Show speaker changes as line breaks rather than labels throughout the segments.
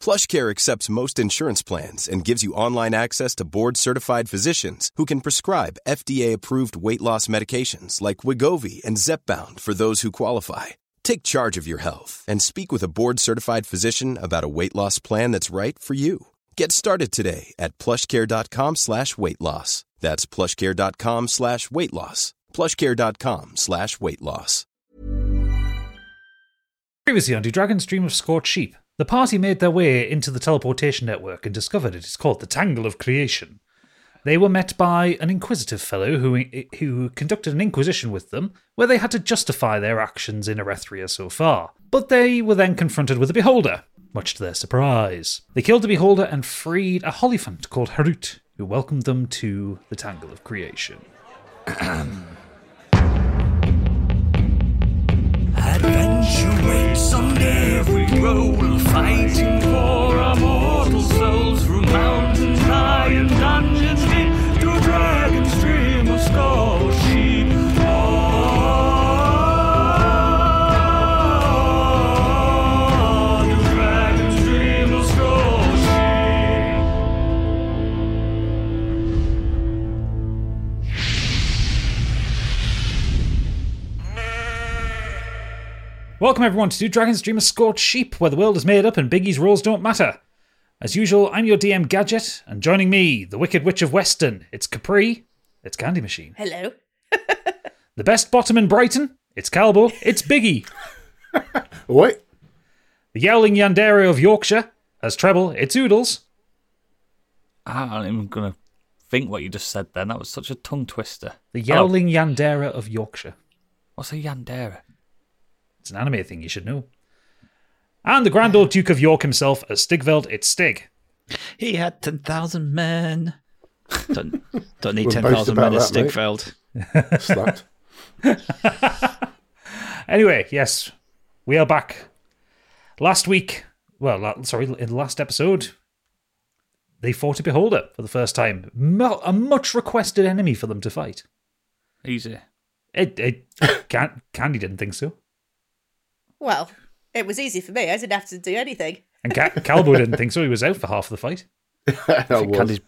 PlushCare accepts most insurance plans and gives you online access to board-certified physicians who can prescribe FDA-approved weight loss medications like Wigovi and Zepbound for those who qualify. Take charge of your health and speak with a board-certified physician about a weight loss plan that's right for you. Get started today at plushcare.com slash weight loss. That's plushcare.com slash weight loss. plushcare.com slash weight loss.
Previously on Do Dragons Dream of Scorched Sheep, the party made their way into the teleportation network and discovered it is called the Tangle of Creation. They were met by an inquisitive fellow who, who conducted an inquisition with them, where they had to justify their actions in Erethria so far. But they were then confronted with a beholder, much to their surprise. They killed the beholder and freed a hollyphant called Harut, who welcomed them to the Tangle of Creation.
Adventure waits someday if we roll, fighting for our mortal souls through mountains high and dungeons deep, through dragon stream of skull sheep. Oh, through dragon stream of skull sheep.
Welcome everyone to Do Dragons Dream of Scorched Sheep, where the world is made up and Biggie's rules don't matter. As usual, I'm your DM Gadget, and joining me, the Wicked Witch of Weston, it's Capri, it's Candy Machine.
Hello.
The best bottom in Brighton, it's Calbo, it's Biggie.
What?
The yowling Yandere of Yorkshire, as Treble, it's Oodles.
Ah, I am even going to think what you just said then. That was such a tongue twister. Oh,
The yowling Yandere of Yorkshire.
What's a Yandere?
It's an anime thing you should know. And the Grand Old Duke of York himself, as Stigveld, it's Stig.
He had 10,000 men. Don't, don't need
We'll boast
10,000 men
about
at
that, mate.
Stigfeld.
Slapped.
Anyway, yes, we are back. Last week, well, la- sorry, in the last episode, they fought a beholder for the first time. Mu- a much requested enemy for them to fight.
Easy.
It, it Can- Candy didn't think so,
Well, it was easy for me. I didn't have to do anything.
and Ca- Calbo didn't think so. He was out for half of the fight.
that was.
Candy's.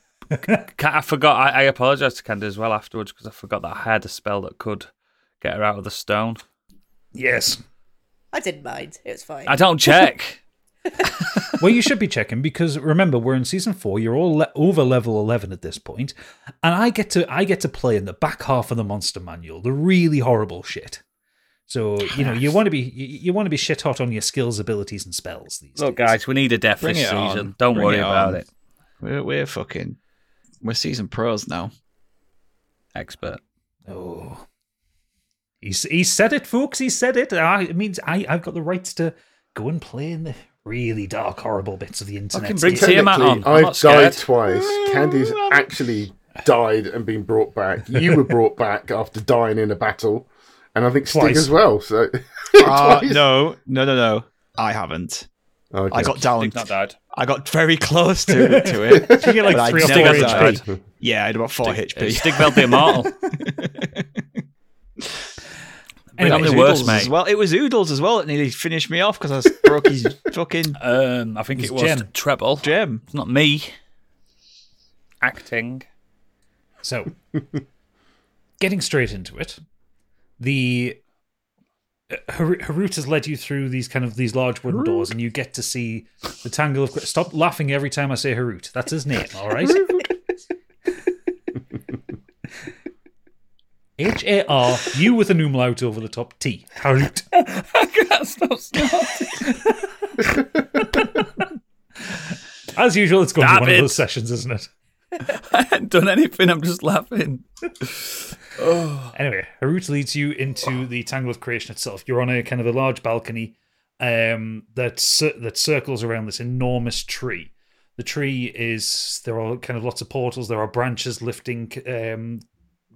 Ca- I forgot. I, I apologised to Candy as well afterwards because I forgot that I had a spell that could get her out of the stone.
Yes.
I didn't mind. It was fine.
I don't check.
well, you should be checking because remember we're in season four. You're all le- over level eleven at this point, and I get to I get to play in the back half of the monster manual, the really horrible shit. So you know you want to be you, you want to be shit hot on your skills, abilities, and spells. These
Look,
days.
guys, we need a death
Bring
this
it on.
season. Don't
Bring
worry
it
about
on.
it.
We're, we're fucking. We're season pros now.
Expert.
Oh, he s- he said it, folks. He said it. I, it means I I've got the rights to go and play in the really dark, horrible bits of the internet.
Fucking bring
It's-
Tear mat
Technically,
on. I'm
I've
not scared.
died twice. Candy's actually died and been brought back. You were brought back after dying in a battle, and I think Stig
Twice.
as well. So
Uh,
Twice.
no, no, no, no. I haven't.
Okay.
I got down.
Stig not died.
I got very close to, to it.
You get like
but I
three or
never
four
Stig
died.
hasn't
HP.
Yeah, I had about 4
Uh,
HP.
Stig Bell the Immortal. Bring
Anyway,
on
It was
the worst,
Oodles
mate.
as well. It was Oodles as well that nearly finished me off because I broke his fucking
Um, I think
It's
it was
Jen.
Treble.
gem.
It's not me. Acting.
So, getting straight into it, the uh, Har- Harut has led you through these kind of these large wooden doors, and you get to see the tangle of. Stop laughing every time I say Harut. That's his name. All right. H A R U with an umlaut over the top T. Harut.
I can't stop snorting.
As usual, it's going to
Damn
be one
it.
of those sessions, isn't it?
I haven't done anything. I'm just laughing.
Anyway, Harut leads you into the Tangle of Creation itself. You're on a kind of a large balcony um, that cir- that circles around this enormous tree. The tree is there are kind of lots of portals. There are branches lifting um,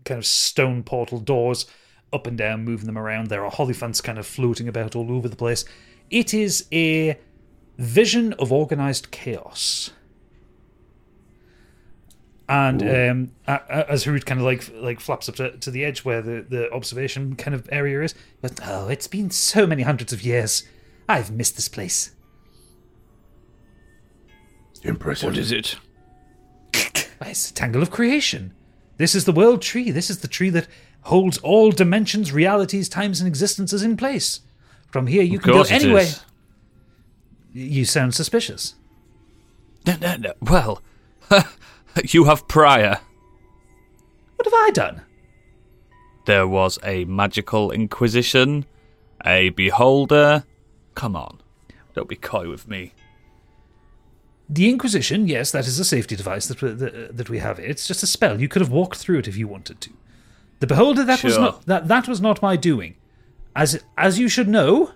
kind of stone portal doors up and down, moving them around. There are hollyphants kind of floating about all over the place. It is a vision of organized chaos. And um, a- a- as Harut kind of like like flaps up to, to the edge where the, the observation kind of area is, he goes, oh, it's been so many hundreds of years. I've missed this place.
Impressive.
What is it?
Why, It's a tangle of creation. This is the world tree. This is the tree that holds all dimensions, realities, times, and existences in place. From here, you
Of
can go
course it
anywhere.
is.
You sound suspicious.
No, no, no. Well, you have prior.
What have I done?
There was a magical inquisition, a beholder. Come on, don't be coy with me.
The Inquisition, yes, that is a safety device that we, that, uh, that we have. here. It's just a spell. You could have walked through it if you wanted to. The Beholder, that was
Sure.
not that that was not my doing. As as you should know,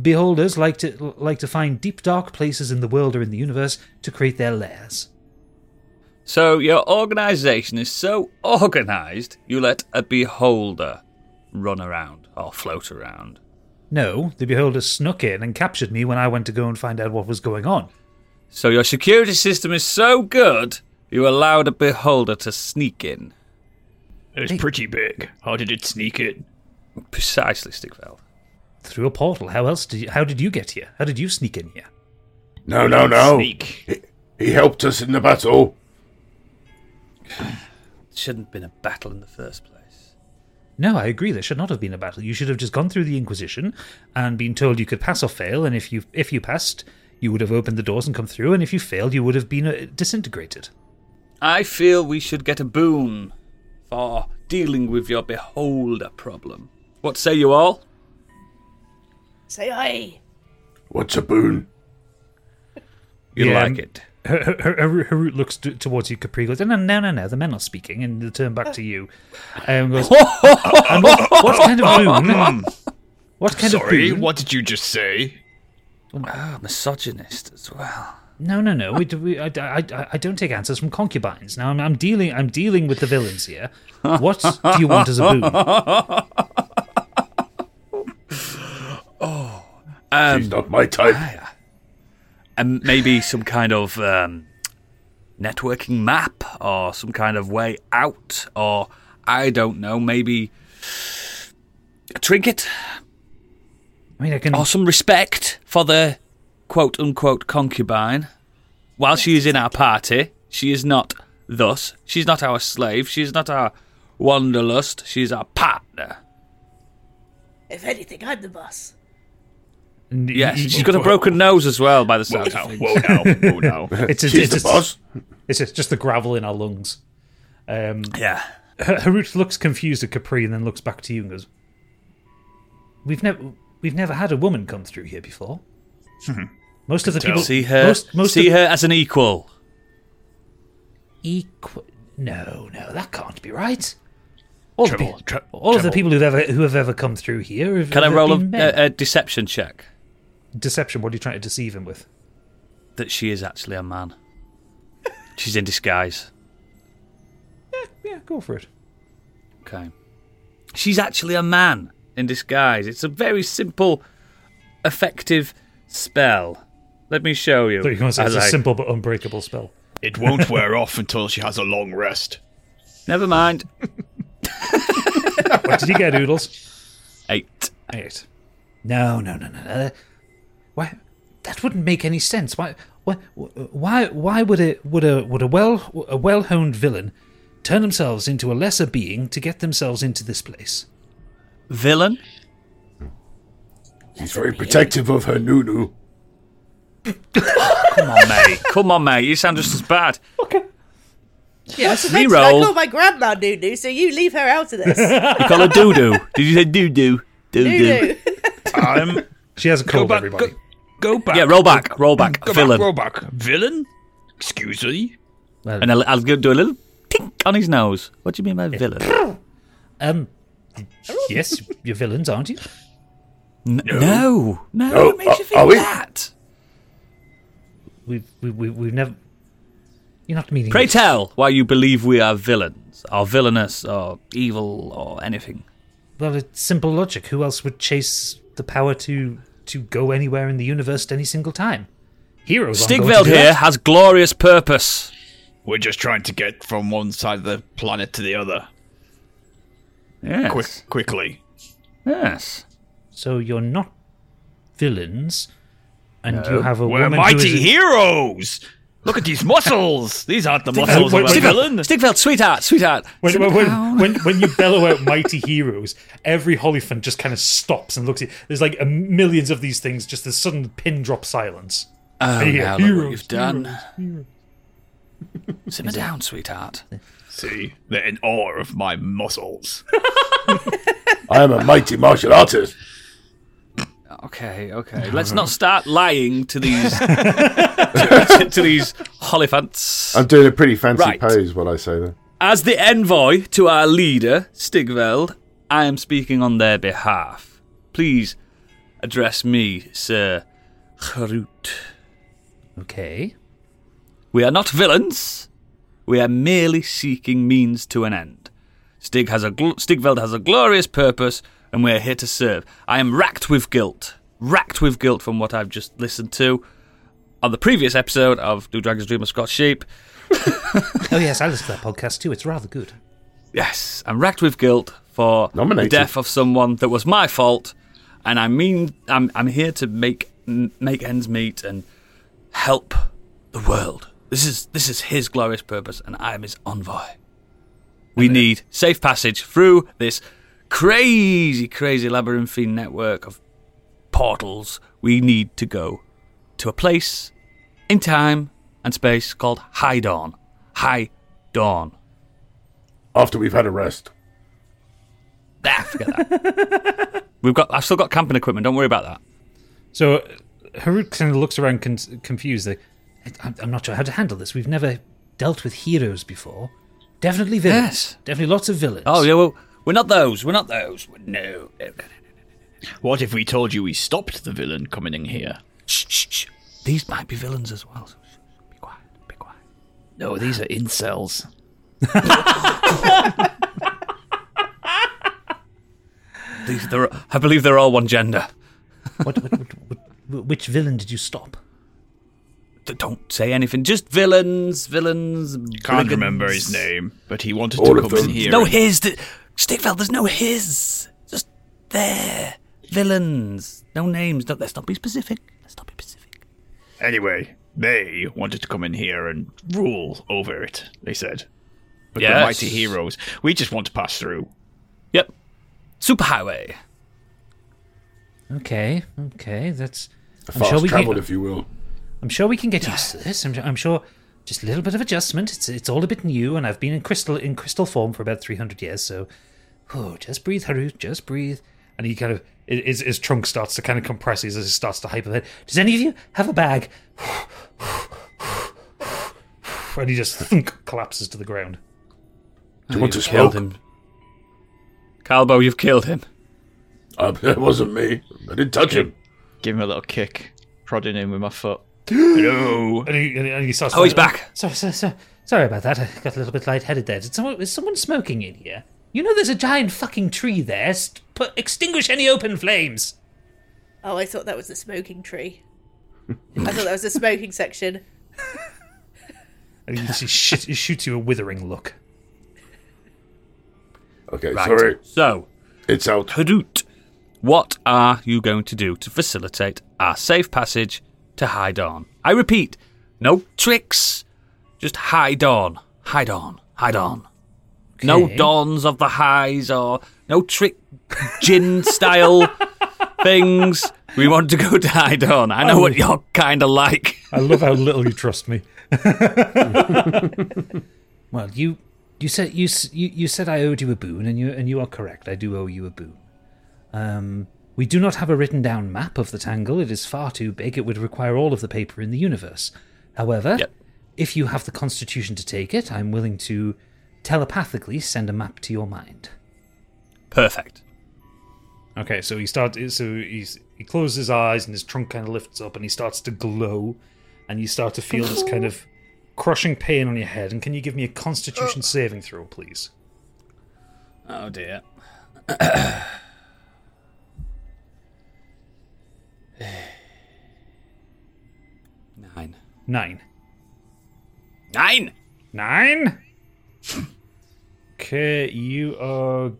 beholders like to like to find deep dark places in the world or in the universe to create their lairs.
So your organisation is so organised, you let a beholder run around or float around.
No, the Beholder snuck in and captured me when I went to go and find out what was going on.
So your security system is so good, you allowed a beholder to sneak in.
It's pretty big. How did it sneak in?
Precisely, Stickfeld.
Through a portal. How else did you, how did you get here? How did you sneak in here?
No, no, no.
Sneak.
He, he helped us in the battle.
Shouldn't have been a battle in the first place.
No, I agree. There should not have been a battle. You should have just gone through the Inquisition and been told you could pass or fail. And if you if you passed, you would have opened the doors and come through. And if you failed, you would have been uh, disintegrated.
I feel we should get a boon for dealing with your beholder problem. What say you all?
Say aye.
What's a boon?
You
Yeah,
like
um,
it?
Her, her, her, her root looks t- towards you, Capri. Goes, no, no, no, no. The men are speaking, and they turn back to you. Um, goes, and what, what kind of
Hmm.
boon? What kind
Sorry,
of boon?
what did you just say?
Ah, misogynist as well.
No, no, no. We, do- we, I, I, I- I don't take answers from concubines. Now I'm, I'm dealing. I'm dealing with the villains here. What do you want as a boon?
He's not my type.
and maybe some kind of um, networking map or some kind of way out or i don't know maybe a trinket
I mean, I can.
or some respect for the quote unquote concubine while she is in our party she is not thus she's not our slave she's not our wanderlust she's our partner
If anything, I'm the boss.
yes she's got a broken nose as well by the sound
Whoa, now, whoa, now.
It's, it's,
He's
it's,
the
it's,
boss.
It's just, just the gravel in our lungs. Um,
yeah
Har- Harut looks confused at Capri and then looks back to you and goes, "We've never, we've never had a woman come through here before. most of the people
Hmm. see her
Most, most
see
of,
her as an equal
Equ- no, no, that can't be right. All, the,
Treble,
pe-
tre-
all of the
treble.
people who've ever who have ever come through here. Have,
can i
have
roll
been
a, uh,
men.
a, a deception check
deception? What are you trying to deceive him with?
that she is actually a man. She's in disguise.
Yeah, go for it.
Okay. She's actually a man in disguise. It's a very simple, effective spell. Let me show you.
So you can say it's
As
a
I-
simple but unbreakable spell.
It won't wear off until she has a long rest.
Never mind.
What did you get, Oodles?
Eight.
Eight. No, no, no, no. no. Why? That wouldn't make any sense. Why? Why? Why? Why would a would a would a well a well honed villain turn themselves into a lesser being to get themselves into this place?
Villain?
He's very protective of her nunu.
Come on, mate. Come on, mate. You sound just as bad.
Okay.
Yeah, so
We
that's what I
roll.
call my grandma Nunu, so you leave her out of this.
You call her doo doo. Did you say doo doo? Doo
Nunu.
Time.
She has a
Go
cold,
back. Go,
everybody.
go back.
Yeah, roll back. Roll back.
Go
Villain.
back. Roll back. Villain. Excuse me.
Well,
And I'll, I'll go do a little tink on his nose. What do you mean by villain?
um, yes, you're villains, aren't you?
N- no. No.
No,
what makes you
are-
think
are we?
that?
We've we, we, we've never. You're not meaning.
Pray
it.
tell why you believe we are villains, or villainous, or evil, or anything.
Well, it's simple logic. Who else would chase the power to to go anywhere in the universe at any single time? Heroes. aren't going to
Stigveld
do
here
that.
has glorious purpose.
We're just trying to get from one side of the planet to the other
Yes.
quick, quickly.
Yes.
So you're not villains, and you have a
We're
woman who
mighty
is in-
heroes. Look at these muscles. These aren't the muscles
wait,
of a
wait,
villain.
Stigveld, sweetheart, sweetheart.
When,
Sit
when, when,
down.
when, when you bellow out mighty heroes, every Hollyfant just kind of stops and looks at There's like a millions of these things, just this sudden pin drop silence.
Oh,
Hey,
now look what
heroes,
you've done. Simmer down, sweetheart.
See, they're in awe of my muscles.
I am a mighty martial artist.
Okay, okay. Let's not start lying to these to, to these holifants.
I'm doing a pretty fancy
Right.
pose while I say that.
As the envoy to our leader, Stigveld, I am speaking on their behalf. Please address me, Sir Harut.
Okay.
We are not villains. We are merely seeking means to an end. Stig has a gl- Stigveld has a glorious purpose, and we are here to serve. I am racked with guilt, racked with guilt from what I've just listened to on the previous episode of Do Dragons Dream of Scotch Sheep.
Oh, yes, I listen to that podcast too. It's rather good.
Yes, I'm racked with guilt for
Nominated.
the death of someone that was my fault, and I mean I'm I'm here to make m- make ends meet and help the world. This is this is his glorious purpose, and I am his envoy. We need safe passage through this crazy, crazy labyrinthine network of portals. We need to go to a place in time and space called High Dawn. High Dawn.
After we've had a rest.
There, forget that. We've got. I've still got camping equipment. Don't worry about that.
So Harut kind of looks around con- confused. Like, "I- I'm, I'm not sure how to handle this. We've never dealt with heroes before. Definitely villains.
Yes.
Definitely lots of villains.
Oh yeah, well, we're not those. We're not those. We're- No. no, no, no.
What if we told you we stopped the villain coming in here?
Shh, shh, shh. These might be villains as well. So shh, shh, be quiet. Be quiet.
No, these are incels.
These, they're, I believe they're all one gender.
What, what, what, what, which villain did you stop?
D- Don't say anything. Just villains. Villains.
Can't
brigands.
remember his name, but he wanted
All
to
of
come
them.
in here.
No
and-
his. Th- Stickfeld. There's no his. Just there. Villains. No names. No, let's not be specific. Let's not be specific.
Anyway, they wanted to come in here and rule over it. They said, "But we're
Yes.
mighty heroes. We just want to pass through."
Yep. Superhighway.
Okay, okay, that's.
The
I'm sure
fast
we
travel,
can.
if you will.
I'm sure we can get used to this. I'm, I'm sure just a little bit of adjustment. It's it's all a bit new, and I've been in crystal in crystal form for about 300 years. So, oh, just breathe, Harut. Just breathe. And he kind of his, his trunk starts to kind of compress as he starts to hyperventilate. Does any of you have a bag? And he just thunk, collapses to the ground.
Do you want to
You've killed
smoke?
him. Calbo, you've killed him.
Uh, it wasn't me. I didn't touch him.
Give him a little kick, prodding him with my foot.
No,
And he, and he- and he starts.
Oh, he's back.
Sorry, sorry, sorry, sorry about that. I got a little bit lightheaded there. Did someone, is someone smoking in here? You know there's a giant fucking tree there. S- Put, extinguish any open flames.
Oh, I thought that was the smoking tree. I thought that was the smoking section.
And he, just- he, shit, he shoots you a withering look.
Okay,
Right.
sorry.
So,
It's out.
Hadoot, what are you going to do to facilitate our safe passage to High Dawn? I repeat, no tricks, just High Dawn, High Dawn, High Dawn. No
Okay.
dawns of the highs or no trick gin style things. We want to go to High Dawn. I know what you're kind of like.
I love how little you trust me. Well, you you said you s- you, you said I owed you a boon, and you and you are correct. I do owe you a boon. Um, we do not have a written down map of the tangle. It is far too big. It would require all of the paper in the universe. However, if you have the constitution to take it, I'm willing to telepathically send a map to your mind.
Perfect.
Okay, so he starts. So he's, he closes his eyes and his trunk kind of lifts up and he starts to glow, and you start to feel this kind of crushing pain on your head. And can you give me a Constitution saving throw, please?
Oh dear. Nine.
Nine.
Nine.
Nine. Okay, you are.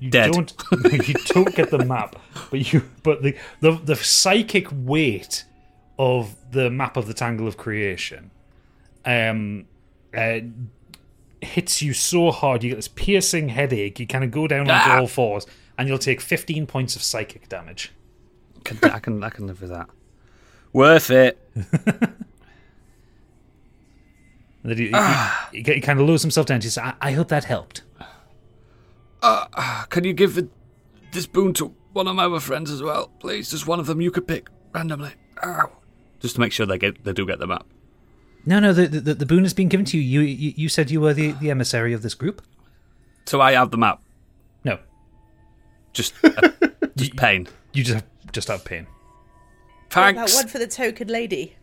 You
Dead.
don't. you don't get the map, but you. But the, the the psychic weight of the map of the Tangle of Creation, um, uh, hits you so hard you get this piercing headache. You kind of go down
Ah.
on all fours, and you'll take fifteen points of psychic damage.
Can, I can I can live with that. Worth it.
And then he,
Ah!
he, he, kind of lowers himself down. He says, I, "I hope that helped."
Uh, uh, can you give the, this boon to one of my other friends as well, please? Just one of them you could pick randomly. Ow. Just to make sure they get they do get the map.
No, no, the, the the boon has been given to you. You you, you said you were the, the emissary of this group.
So I have the map.
No.
Just, uh, just pain.
You just have, just have pain.
What
Thanks.
About one for the token lady.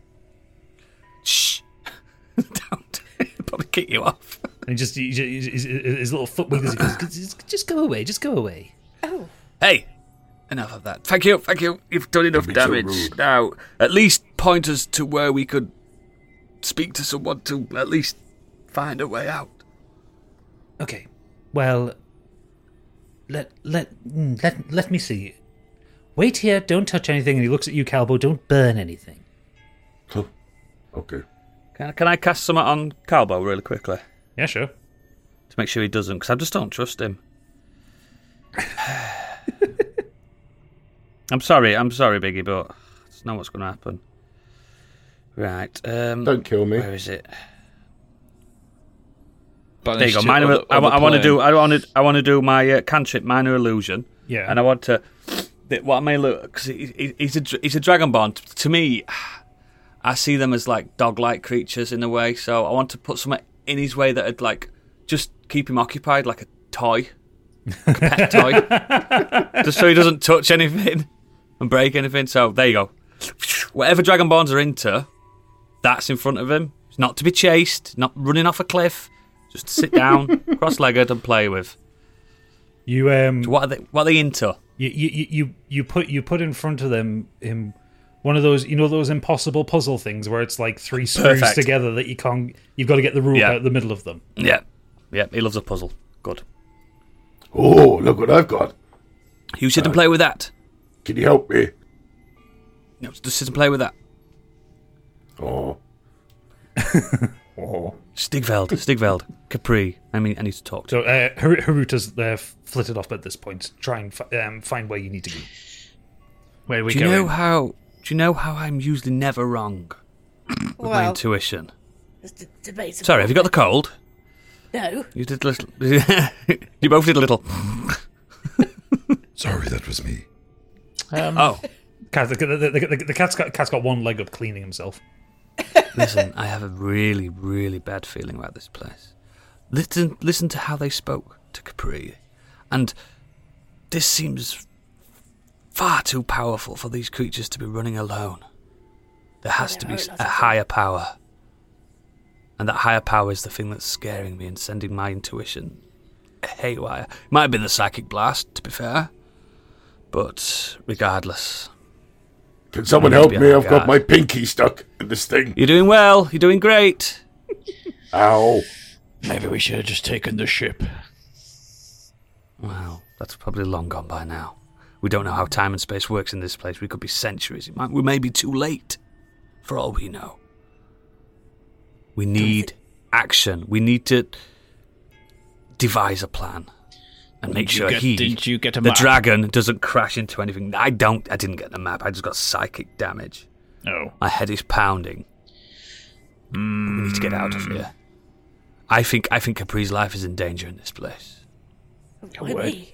Shh. Don't. Probably kick you off.
And he just, he, he- his, his little foot wiggles. He goes, "Just- just go away. Just go away.
Hey, enough of that. Thank you, thank you. You've done enough
be so
damage.
rude.
Now, at least point us to where we could speak to someone to at least find a way out.
Okay. Well, let let mm, let let me see. Wait here. Don't touch anything. And he looks at you, Calbo. Don't burn anything.
Okay.
Can, can I cast something on Calbo really quickly?
Yeah, sure.
To make sure he doesn't, because I just don't trust him. I'm sorry, I'm sorry, Biggie, but it's not what's going to happen. Right. Um,
Don't kill me.
Where is it? There you go. Minor. I, want to do. I want to. I want to do my uh, cantrip, minor illusion.
Yeah.
And I want to. That what I may look because he, he, he's a dr- he's a dragonborn. T- To me, I see them as like dog-like creatures in a way. So I want to put something in his way that would like just keep him occupied, like a toy, like a pet toy, just so he doesn't touch anything and break anything. So there you go. Whatever dragonborns are into, that's in front of him. It's not to be chased, not running off a cliff. Just sit down, cross-legged, and play with.
You um.
What are they? What are they into?
You you you- you you put you put in front of them him one of those you know those impossible puzzle things where it's like three screws
Perfect.
together that you can't you've got to get the rule
Yeah.
out the middle of them.
Yeah, yeah. He loves a puzzle. Good.
Oh, look what I've got.
You sit and play with that.
Can you help me?
No, just sit and play with that.
Oh.
oh. Stigveld, Stigveld, Capri. I mean, I need to talk to.
So uh, Har- Haruta's uh, flitted off at this point. Try and fi- um, find where you need to go. Where
do you know how? Do you know how I'm usually never wrong with my
Well.
intuition?
It's d- debatable.
Sorry, have you got the cold?
No.
You did little. you both did a little.
Sorry, that was me.
Um,
oh,
Cat, the, the, the, the, the cat's got cat's got one leg up cleaning himself.
Listen, I have a really, really bad feeling about this place. Listen, listen to how they spoke to Capri, and this seems far too powerful for these creatures to be running alone. There has to be s- a higher power, and that higher power is the thing that's scaring me and sending my intuition haywire. It might have been the psychic blast, to be fair, but regardless,
Can someone
I need to
help
be
me?
on
I've got
guard.
my pinky stuck in this thing.
You're doing well. You're doing great.
Ow.
Maybe we should have just taken the ship.
Well, that's probably long gone by now. We don't know how time and space works in this place. We could be centuries. It might, we may be too late, for all we know. We need action. We need to devise a plan and make
Did you
sure
get-
he,
didn't you get a
the
map?
dragon, doesn't crash into anything. I don't. I didn't get the map. I just got psychic damage.
No. Hmm.
My head is pounding. We need to get out of here. I think I think Capri's life is in danger in this place.
Could
word.
be.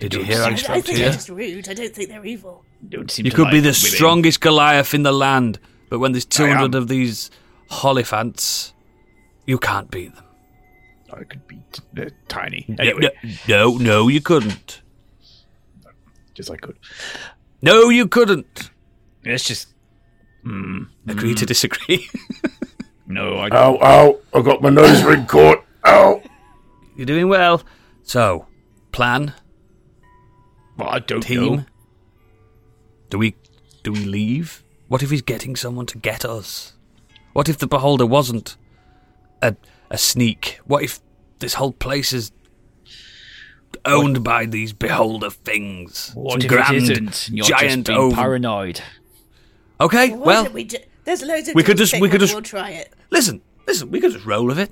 Did
It
you
don't
hear
seem
I
to-
I, I
spoke to
think
you?
they're just rude. I don't think they're evil.
Don't seem
You
to
could
like
be the
women.
strongest Goliath in the land, but when there's 200 of these Holifants, you can't beat them.
I could beat the tiny.
No,
Anyway,
No, no, no, you couldn't.
just I could.
No, you couldn't.
Let's just mm,
agree to disagree.
no,
Uh,
I.
Ow, ow, I got my nose ring caught. Ow.
You're doing well. So, plan.
Well, I don't
team.
know.
Do we do we leave? What if he's getting someone to get us? What if the beholder wasn't a a sneak? What if this whole place is owned by these beholder things?
What
Some
if
grand
it isn't? You're
giant
just being
oven.
paranoid.
Okay,
Why
well,
don't we ju- there's loads of
we could
different
just- we could
things,
just-
we'll try it.
listen, listen, we could just roll with it.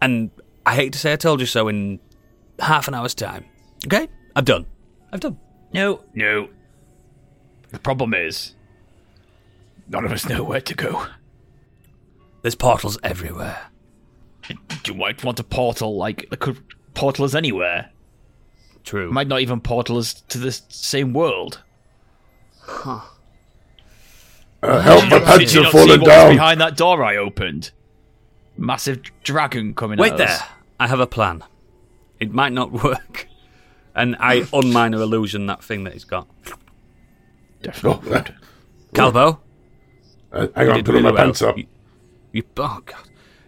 And I hate to say I told you so in half an hour's time. Okay? I'm done. I've done.
No,
No. The problem is, none of us know where to go.
There's portals everywhere.
you might want a portal. Like it could portal us anywhere.
True.
Might not even portal us to the s- same world.
Huh.
Uh, help,
Did
my
you not-
pants
did you
have
not see what
fallen
was
down.
Behind that door I opened, massive dragon coming.
Wait
at
there.
Us.
I have a plan. It might not work. And I unminor illusion that thing that he's got.
Oh,
Definitely.
Calvo?
Uh, hang
you
on,
did
put on my
really well.
pants up.
You, you, oh, God.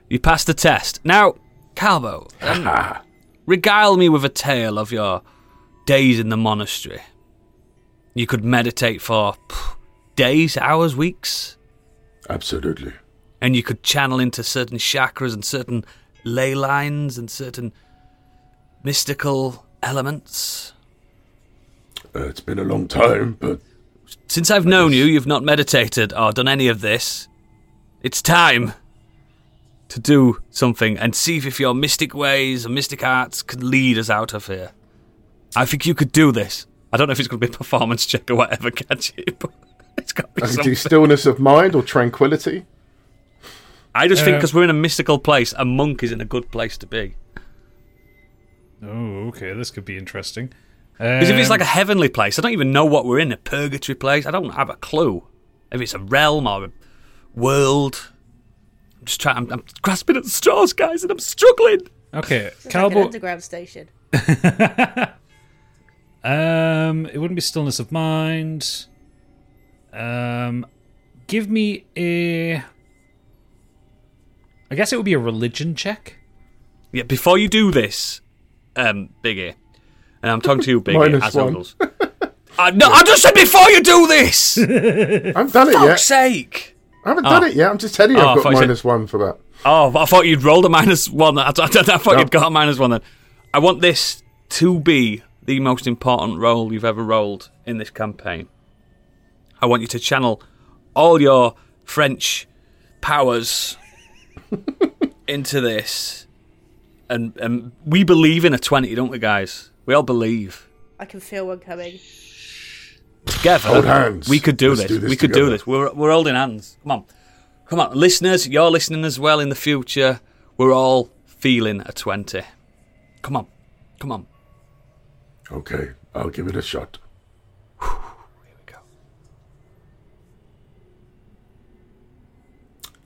You passed the test. Now, Calvo, um, regale me with a tale of your days in the monastery. You could meditate for pff, days, hours, weeks,
Absolutely.
and you could channel into certain chakras and certain ley lines and certain mystical elements.
Uh, it's been a long time, but
Since I've known you, you've not meditated or done any of this. It's time to do something and see if your mystic ways and mystic arts can lead us out of here. I think you could do this. I don't know if it's going to be a performance check or whatever, can you? But it's got to be
I can do
something.
stillness of mind or tranquility.
I just think
Uh,
because we're in a mystical place, a monk is in a good place to be.
Oh, okay, this could be interesting.
Because if it's
Um,
like a heavenly place, I don't even know what we're in, a purgatory place. I don't have a clue. If it's a realm or a world. I'm just trying, I'm, I'm grasping at straws, guys, and I'm struggling.
okay,
It's like an
Calvo.
underground station.
Um, it wouldn't be stillness of mind. Um, give me a. I guess it would be a religion check.
Yeah, before you do this, um, Big E, and I'm talking to you, Big E,
Minus
as
one.
Uggles. I, no, I just said before you do this!
I've done
Fuck's
it yet.
sake!
I haven't done
Ah.
it yet. I'm just telling you,
Oh, I
I've
thought
got
you said-
minus one for that.
Oh, I thought you'd rolled a minus one. I, I, I thought
No.
you'd got a minus one then. I want this to be the most important roll you've ever rolled in this campaign. I want you to channel all your French powers into this. And, and we believe in a 20, don't we, guys? We all believe.
I can feel one coming.
together.
Hold hands.
We could do
Let's
this.
do this
We could do
together.
this. We're, we're holding hands. Come on. Come on. Listeners, you're listening as well in the future. We're all feeling a 20. Come on. Come on.
Okay, I'll give it a shot.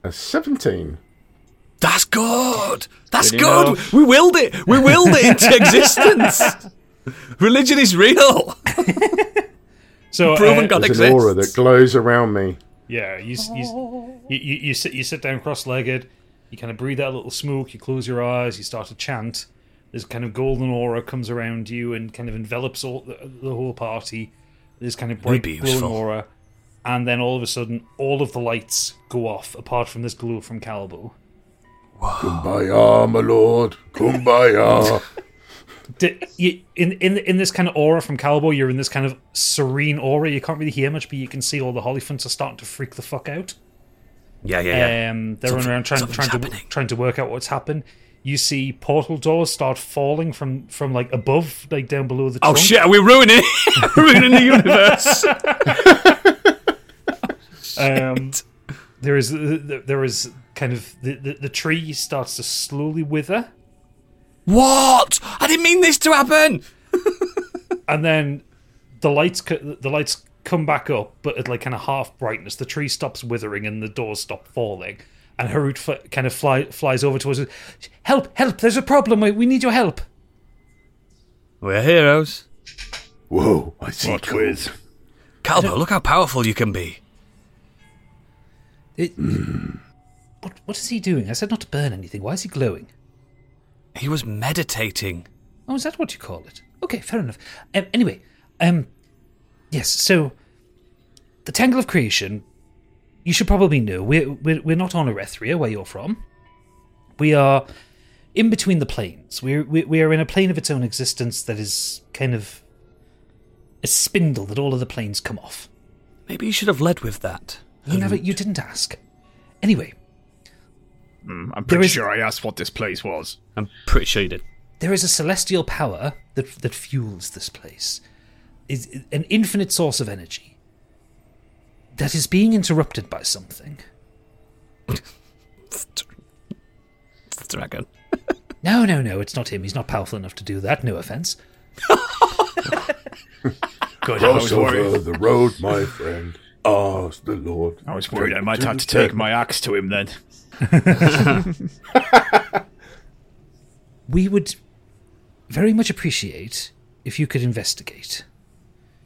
A 17.
That's good. That's
Good
good.
enough.
We willed it. We willed it into existence. Religion is real.
So
Proven
uh,
God
There's an aura that
exists.
glows around me.
Yeah, you, s- you, s- you, you, you sit you sit down cross-legged. You kind of breathe out a little smoke. You close your eyes. You start to chant. This kind of golden aura comes around you and kind of envelops all the, the whole party. This kind of bright
be
glowing
useful.
aura, and then all of a sudden, all of the lights go off, apart from this glow from Calbo.
Kumbaya, my lord. Kumbaya.
D- you, in in in this kind of aura from Calbo, you're in this kind of serene aura. You can't really hear much, but you can see all the Hollyfants are starting to freak the fuck out.
Yeah, yeah, yeah.
Um, they're
Something-
running around trying,
something's
trying to
happening.
trying to work out what's happened. You see portal doors start falling from from like above, like down below the.
Oh
trunk.
shit! Are we ruining it? ruining the universe.
Um, there is there is kind of the, the, the tree starts to slowly wither.
What? I didn't mean this to happen.
and then the lights co- the lights come back up, but at like kind of half brightness. The tree stops withering and the doors stop falling. And Harut fl- kind of fly- flies over towards us. Help! Help! There's a problem. We, we need your help.
We're heroes.
Whoa! I see.
What Calvo, look how powerful you can be.
It, What what is he doing? I said not to burn anything. Why is he glowing?
He was meditating.
Oh, is that what you call it? Okay, fair enough. Um, anyway, um, yes. So, the Tangle of Creation. You should probably know we're we're, we're not on Erethria, where you're from. We are in between the planes. We're we, we are in a plane of its own existence that is kind of a spindle that all of the planes come off.
Maybe you should have led with that. Um,
You never. You didn't ask. Anyway,
Mm, I'm
There
pretty
is-
sure I asked what this place was.
I'm pretty sure you did.
there is a celestial power that that fuels this place is an infinite source of energy that is being interrupted by something
It's the dragon.
no no no it's not him he's not powerful enough to do that no offense
Good. I
Cross
was
over
worried.
the road, my friend. Ask the Lord.
I was worried I might have to take my axe to him then.
we would very much appreciate if you could investigate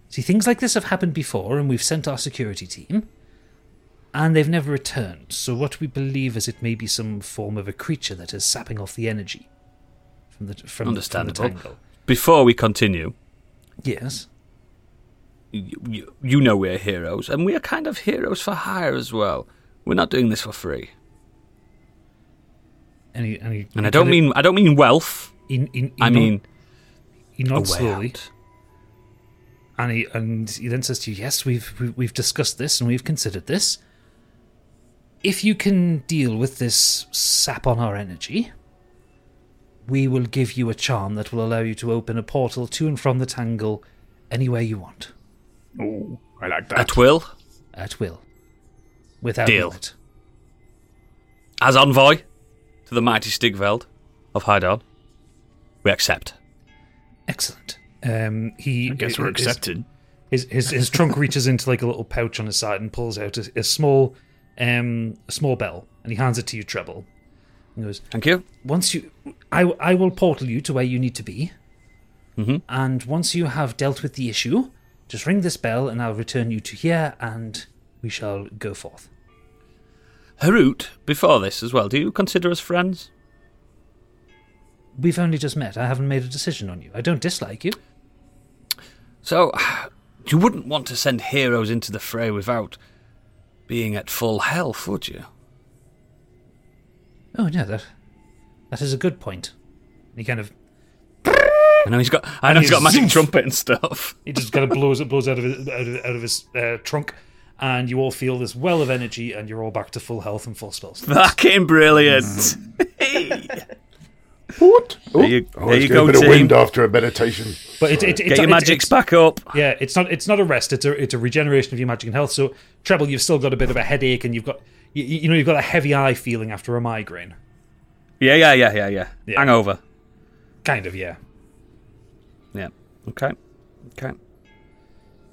see things like this have happened before and we've sent our security team and they've never returned so what we believe is it may be some form of a creature that is sapping off the energy from the from,
Understandable.
from the tangle
Before we continue,
yes
you, you, you know we're heroes, and we are kind of heroes for hire as well. We're not doing this for free.
and he, and, he,
And I don't mean I don't mean wealth.
In, in,
I
nod-
mean
he nods
a way
slowly, and he and he then says to you, "Yes, we've we- we've discussed this and we've considered this. If you can deal with this sap on our energy, we will give you a charm that will allow you to open a portal to and from the tangle anywhere you want
Ooh, I like that.
at will,
at will, without
Deal.
limit.
as envoy to the mighty Stigveld of Hydon. We accept.
Excellent. Um, he.
I guess we're
his-
accepted.
His his, his trunk reaches into like a little pouch on his side and pulls out a, a small, um, a small bell, and he hands it to you, Treble. And goes,
Thank you.
once you, I I will portal you to where you need to be,
Mhm.
and once you have dealt with the issue, just ring this bell, and I'll return you to here, and we shall go forth.
Harut, before this as well, do you consider us friends?
We've only just met. I haven't made a decision on you. I don't dislike you.
So, you wouldn't want to send heroes into the fray without being at full health, would you?
Oh no, that that is a good point. And he kind of
I know he's got. I know he's got a magic trumpet and stuff.
He just kind of blows it blows out of his out of, out of his uh, trunk, and you all feel this well of energy, and you're all back to full health and full spells.
Fucking brilliant!
What? Oh,
Mm. There you- there
always
you
get
go,
a bit
team.
of wind after a meditation.
But it, it, it,
Get your
it-
magics
it's-
back up.
Yeah, it's not it's not a rest. It's a it's a regeneration of your magic and health. So treble, you've still got a bit of a headache, and you've got you, you know you've got a heavy eye feeling after a migraine.
Yeah, yeah, yeah, yeah, yeah.
Yeah.
Hangover.
Kind of, yeah.
Yeah. Okay. Okay.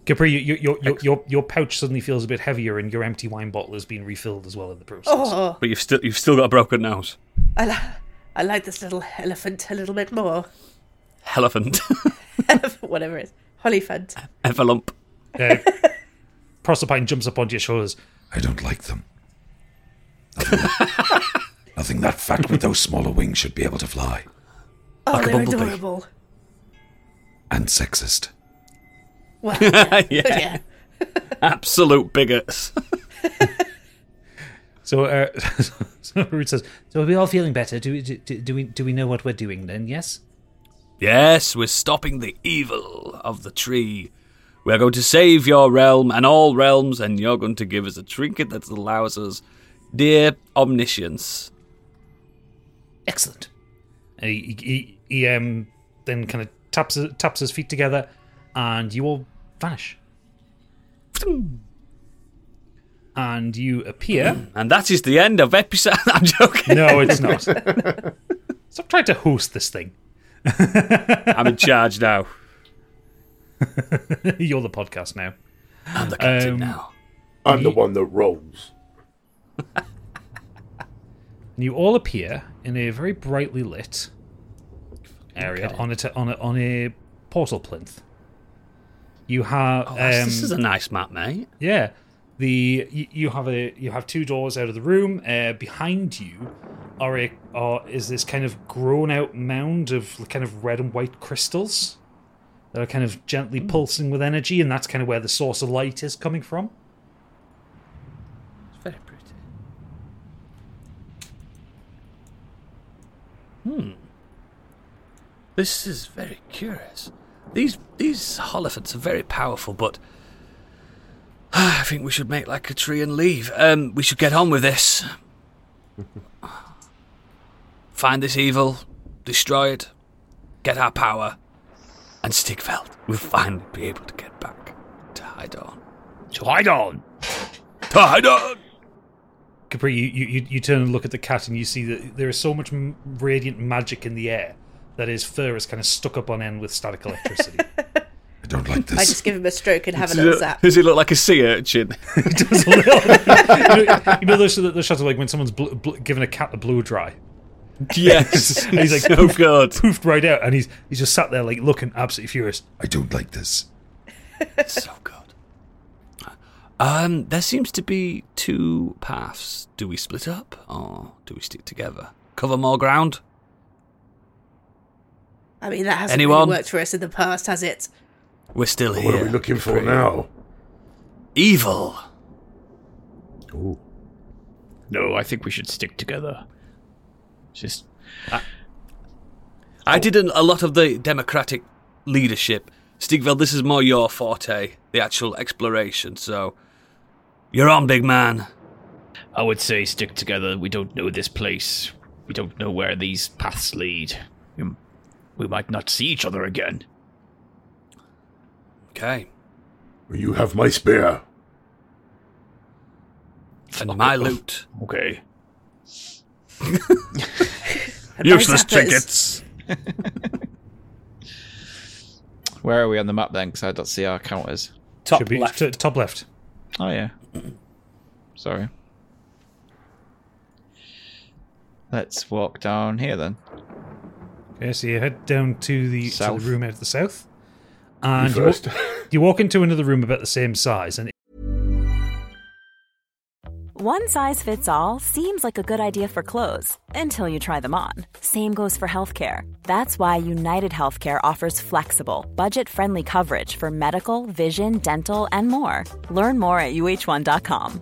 Capri, you, you, your, your, your, your pouch suddenly feels a bit heavier, and your empty wine bottle has been refilled as well in the process.
Oh,
But you've still you've still got a broken nose.
I, li- I like this little elephant a little bit more.
Elephant.
Whatever it is. Hollyphant.
Everlump.
Uh, Proserpine jumps up onto your shoulders.
I don't like them. Nothing, nothing that fat with those smaller wings should be able to fly.
Oh,
Like a
they're
bumblebee.
adorable.
And sexist.
Well,
yeah.
yeah.
Absolute bigots.
So, uh, so Ruth says, "So are we all feeling better? Do, we- do, do we do we know what we're doing then? Yes."
Yes, we're stopping the evil of the tree. We're going to save your realm and all realms, and you're going to give us a trinket that allows us dear omniscience.
Excellent. And he, he, he um, then kind of taps taps his feet together, and you all vanish. and you appear.
And that is the end of episode. I'm joking.
No, it's not. Stop trying to host this thing.
I'm in charge now.
You're the podcast now.
I'm the
captain
now.
I'm the one that rolls.
And you all appear in a very brightly lit area on a, t- on a on a portal plinth. You have
Oh, that's-
um,
this is a nice map, mate.
Yeah, the you, you have a you have two doors out of the room. Uh, behind you are a are, is this kind of grown out mound of kind of red and white crystals that are kind of gently
Hmm.
pulsing with energy, and that's kind of where the source of light is coming from.
It's very pretty. Hmm. This is very curious. These these holophants are very powerful, but I think we should make like a tree and leave. Um, we should get on with this. Find this evil, destroy it, get our power, and Stigveld. We'll finally be able to get back to Hydon.
To Hydon.
To Hydon.
Capri, you, you, you- you turn and look at the cat, and you see that there is so much m- radiant magic in the air that his fur is kind of stuck up on end with static electricity. I
don't like
I just give him a stroke and
uh,
have a little zap.
Does it look like a sea urchin?
you know those, those shots of like when someone's bl- bl- giving a cat a blow dry.
Yes. Oh,
And he's like
So
poofed, poofed right out, and he's he's just sat there like looking absolutely furious.
I don't like this.
so good. Oh, Um, there seems to be two paths. Do we split up or do we stick together? Cover more ground.
I mean, that hasn't
Anyone?
really worked for us in the past, has it?
We're still here.
What are we looking for now?
Evil.
No, I think we should stick together. Just
Oh.
I did an, a lot of the democratic leadership. Stigveld, this is more your forte, the actual exploration. So, you're on, big man.
I would say stick together. We don't know this place. We don't know where these paths lead. Um, We might not see each other again.
Okay.
You have my spear.
And my loot.
Okay.
Useless
zappers.
trinkets.
Where are we on the map then? Because I don't see our counters.
Top
Should be- left. t- top left.
Oh yeah. Sorry. Let's walk down here then.
Okay, so you head down to the, to the
South.
room out of the south, and you,
first.
wa- you walk into another room about the same size, and
One size fits all seems like a good idea for clothes until you try them on. Same goes for healthcare. That's why United Healthcare offers flexible, budget friendly coverage for medical, vision, dental, and more. Learn more at uh1.com.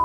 a-"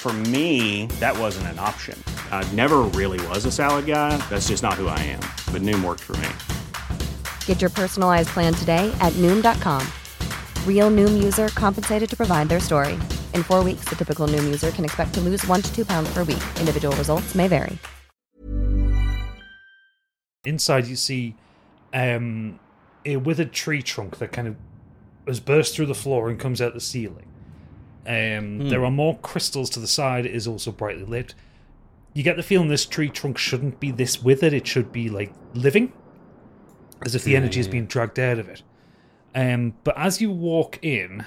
For me, that wasn't an option. I never really was a salad guy. That's just not who I am. But Noom worked for me.
Get your personalized plan today at Noom.com. Real Noom user compensated to provide their story. In four weeks, the typical Noom user can expect to lose one to two pounds per week. Individual results may vary.
inside you see um, a withered tree trunk that kind of has burst through the floor and comes out the ceiling. Um,
Hmm.
There are more crystals to the side. It is also brightly lit. you get the feeling this tree trunk shouldn't be this withered. It should be like living, as if the
Yeah,
energy is
yeah.
being dragged out of it. Um, but as you walk in,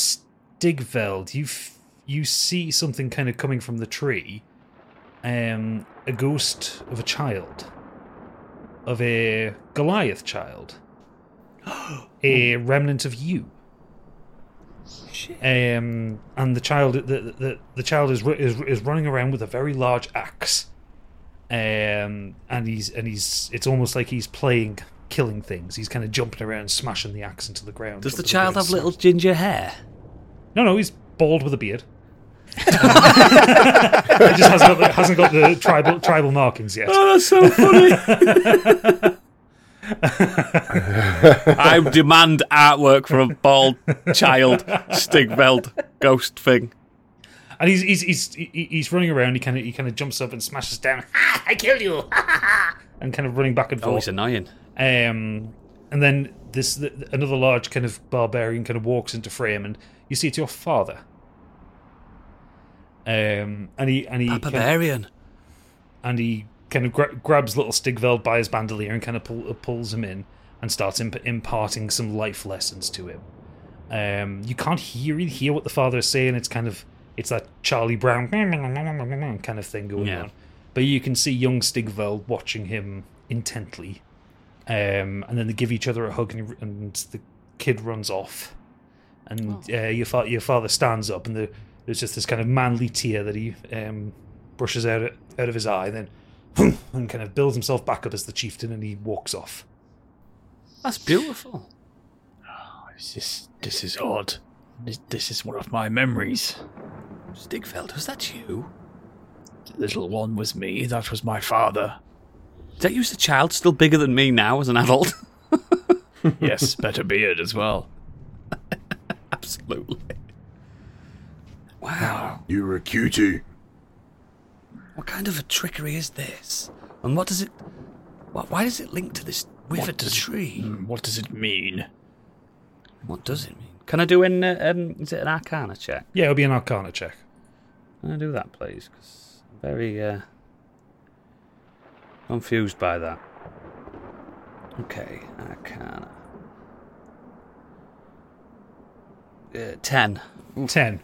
Stigveld, you f- you see something kind of coming from the tree, um, a ghost of a child, of a Goliath child, a remnant of you. Um, and the child, the the, the child is, ru- is is running around with a very large axe, um, and he's and he's it's almost like he's playing killing things. He's kind of jumping around, smashing the axe into the ground.
Does the
jumping
child
around,
have little ginger hair?
no, no, he's bald with a beard. it just hasn't got the, hasn't got the tribal tribal markings yet.
Oh, that's so funny. I demand artwork for a bald child Stigveld ghost thing.
And he's he's he's he- he's running around. He kind of he kind of jumps up and smashes down. "Ah, I killed you. and kind of running back and
Oh,
forth.
he's annoying.
Um, and then this th- another large kind of barbarian kind of walks into frame, and you see it's your father. Um, and he and he kind of-
barbarian.
and he kind of gra- grabs little Stigveld by his bandolier and kind of pull- pulls him in and starts imp- imparting some life lessons to him. Um, you can't hear really hear what the father is saying. It's kind of it's that Charlie Brown kind of thing going
Yeah.
on, but you can see young Stigveld watching him intently. Um, and then they give each other a hug, and, he- and the kid runs off. And uh, your fa- your father stands up, and the, there's just this kind of manly tear that he um, brushes out of, out of his eye, then and kind of builds himself back up as the chieftain, and he walks off.
That's beautiful.
This is, this is odd. This, this is one of my memories.
Stigveld, was that you?
The little one was me. That was my father.
Is that you as a child, still bigger than me now as an adult?
yes, better beard as well.
Absolutely.
You were a cutie.
What kind of a trickery is this? And what does it. What, why does it link to this withered tree?
Hmm, what does it mean?
What does it mean? Can I do an. Uh, um, is it an arcana check?
Yeah, it'll be an Arcana check.
Can I do that, please? Because I'm very uh, confused by that. Okay, Arcana. Uh, ten.
Ten.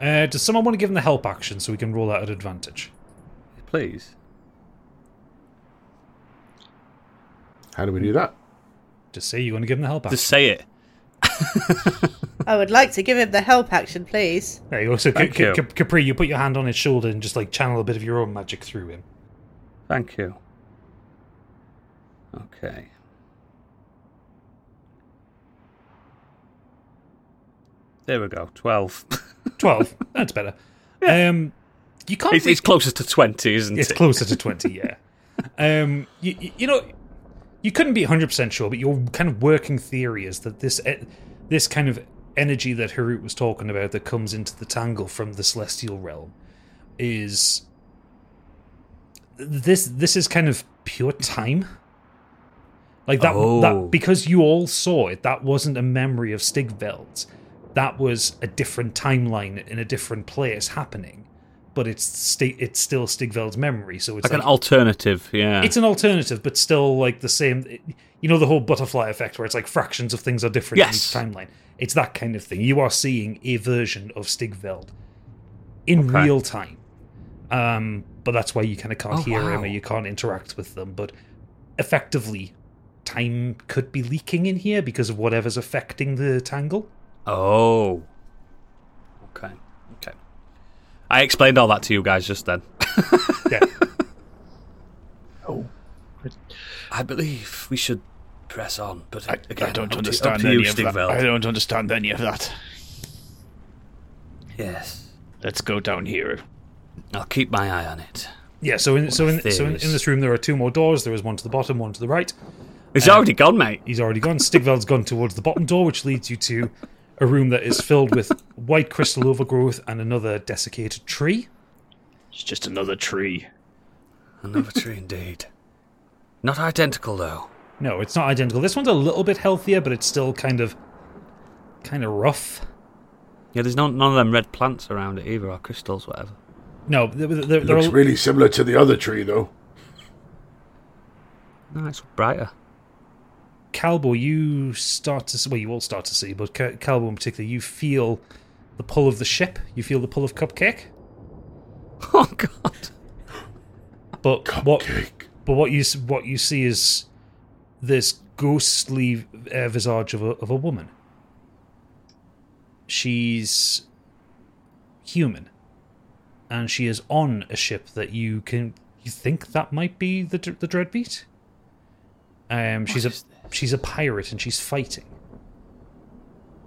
Uh, does someone want to give him the help action so we can roll out at advantage?
Please.
How do we do that?
Just say you want to give him the help action.
Just say it.
I would like to give him the help action, please.
There you go. So, Ca-
Thank
Ca-
you.
Ca- Capri, you put your hand on his shoulder and just like channel a bit of your own magic through him.
Thank you. Okay. There we go. Twelve.
Twelve. That's better. Um, you can't.
It's,
re-
it's closer to twenty, isn't
It's
it?
closer to 20, yeah. um, you, you- you know, you couldn't be 100% sure, but your kind of working theory is that this e- this kind of energy that Harut was talking about that comes into the tangle from the celestial realm is this this is kind of pure time. Like that,
Oh.
that because you all saw it, that wasn't a memory of Stigveld's. That was a different timeline in a different place happening. But it's sti- it's still Stigveld's memory, so it's
like an alternative, yeah.
it's an alternative, but still like the same. You know the whole butterfly effect, where it's like fractions of things are different
Yes.
in each timeline. It's that kind of thing. You are seeing a version of Stigveld in
Okay.
real time, um, but that's why you kind of can't
Oh,
hear him
wow.
or you can't interact with them. But effectively, time could be leaking in here because of whatever's affecting the tangle.
oh. Okay. Okay. I explained all that to you guys just then.
yeah.
Oh. I believe we should press on, but
I,
again,
I don't
up to- up
understand
to
any
you,
of that.
Stigveld.
I don't understand any of that.
Yes.
Let's go down here.
I'll keep my eye on it.
Yeah. So in so in, so in, in
theories.
this room there are two more doors. There is one to the bottom, one to the right.
He's already gone, mate.
He's already gone. Stigveld's gone towards the bottom door, which leads you to a room that is filled with white crystal overgrowth and another desiccated tree.
It's just another tree.
Another tree, indeed. Not identical, though.
No, it's not identical. This one's a little bit healthier, but it's still kind of kind of rough.
Yeah, there's no, none of them red plants around it either, or crystals, whatever.
No, they're, they're,
It
they're
looks
all-
really similar to the other tree, though.
Nice, brighter. Calbo, you start to see, well, you all start to see, but Ca- Calbo in particular, you feel the pull of the ship. You feel the pull of Cupcake. Oh God! But what? But what you s- what you see is this ghostly uh, visage of a, of a woman. She's human, and she is on a ship that you can you think that might be the Dr- the Dreadbeat. Um, she's a she's a pirate and she's fighting.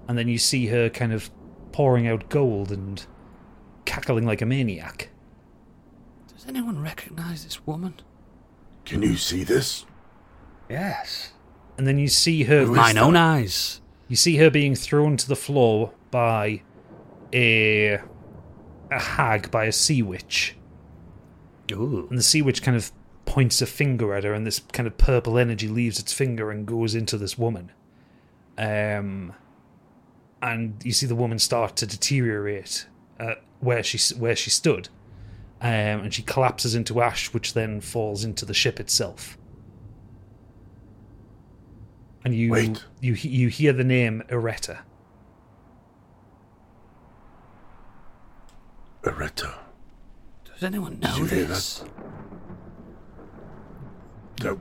And then you see her kind of pouring out gold and cackling like a maniac.
Does anyone recognize this woman?
Can you see this?
Yes.
And then you see her
With mine own eyes.
You see her being thrown to the floor by a a hag by a sea witch.
Ooh.
And the sea witch kind of points a finger at her, and this kind of purple energy leaves its finger and goes into this woman. Um, and you see the woman start to deteriorate uh, where she s- where she stood, um, and she collapses into ash, which then falls into the ship itself. And you
Wait.
you he- you hear the name Eretta.
Aretta.
Does anyone know
you hear
this?
No.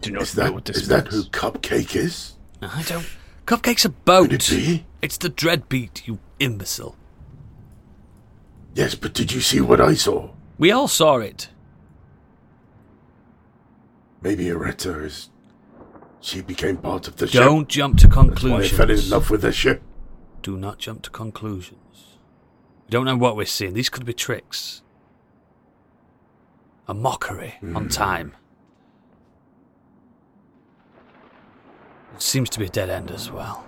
Do
not is that,
know what this
is that who
means.
Cupcake is?
I don't. Cupcake's a boat.
Could it be?
It's the Dreadbeat, you imbecile.
Yes, but did you see what I saw?
We all saw it.
Maybe Aretta is. She became part of the ship.
Don't jump to conclusions.
That's why they fell in love with the ship.
Do not jump to conclusions. We don't know what we're seeing. These could be tricks. A mockery
Hmm.
on time. It seems to be a dead end as well.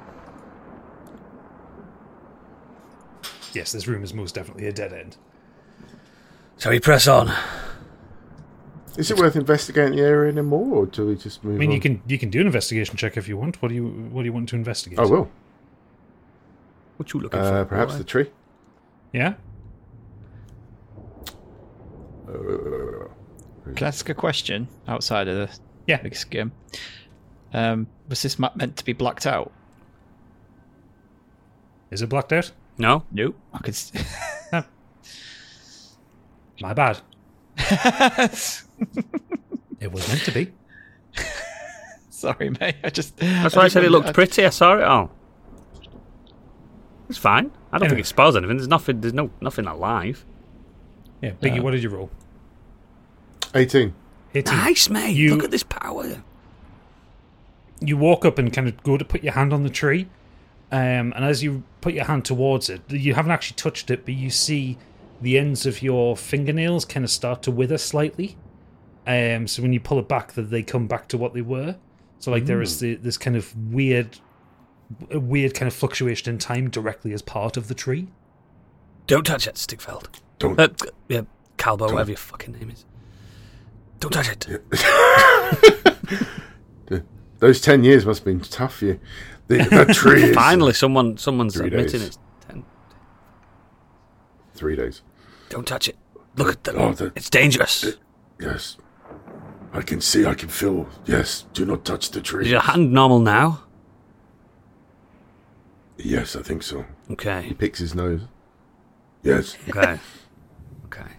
Yes, this room is most definitely a dead end.
So we press on.
Is it worth investigating the area anymore, or do we just move
I mean,
on?
you can you can do an investigation check if you want. What do you what do you want to investigate?
I will.
What you looking
Oh, Uh,
for?
perhaps the tree.
Yeah.
Uh,
Can I ask a question outside of the
yeah
this game? Um, was this map meant to be blacked out?
Is it blacked out?
No.
Nope. I could. s-
My bad. it was meant to be.
Sorry, mate. I just.
That's why I
just
said it
wondered-
looked
I-
pretty. I saw it all. It's fine. I don't
Anyway.
think it spoils anything. There's nothing. There's no nothing alive.
Yeah, Biggie,
Uh,
Uh,
what did you roll?
18.
18.
Nice, mate.
You-
Look at this power.
You walk up and kind of go to put your hand on the tree, um, and as you put your hand towards it, you haven't actually touched it, but you see the ends of your fingernails kind of start to wither slightly. Um, so when you pull it back, that they come back to what they were. So like there is
Mm.
the, this kind of weird, a weird kind of fluctuation in time directly as part of the tree.
Don't touch it, Stickfeld.
Don't.
Uh, yeah, Calbo, whatever your fucking name is. Don't touch it.
Those 10 years must have been tough for you. The, that tree is. uh,
Finally, someone someone's
Three
admitting
days.
it. Ten-
Three days.
Don't touch it. Look at them.
Oh, the-
it's dangerous.
Yes. I can see, I can feel. Yes, do not touch the tree.
Is your hand normal now?
Yes, I think so.
Okay.
He picks his nose. Yes.
Okay. okay.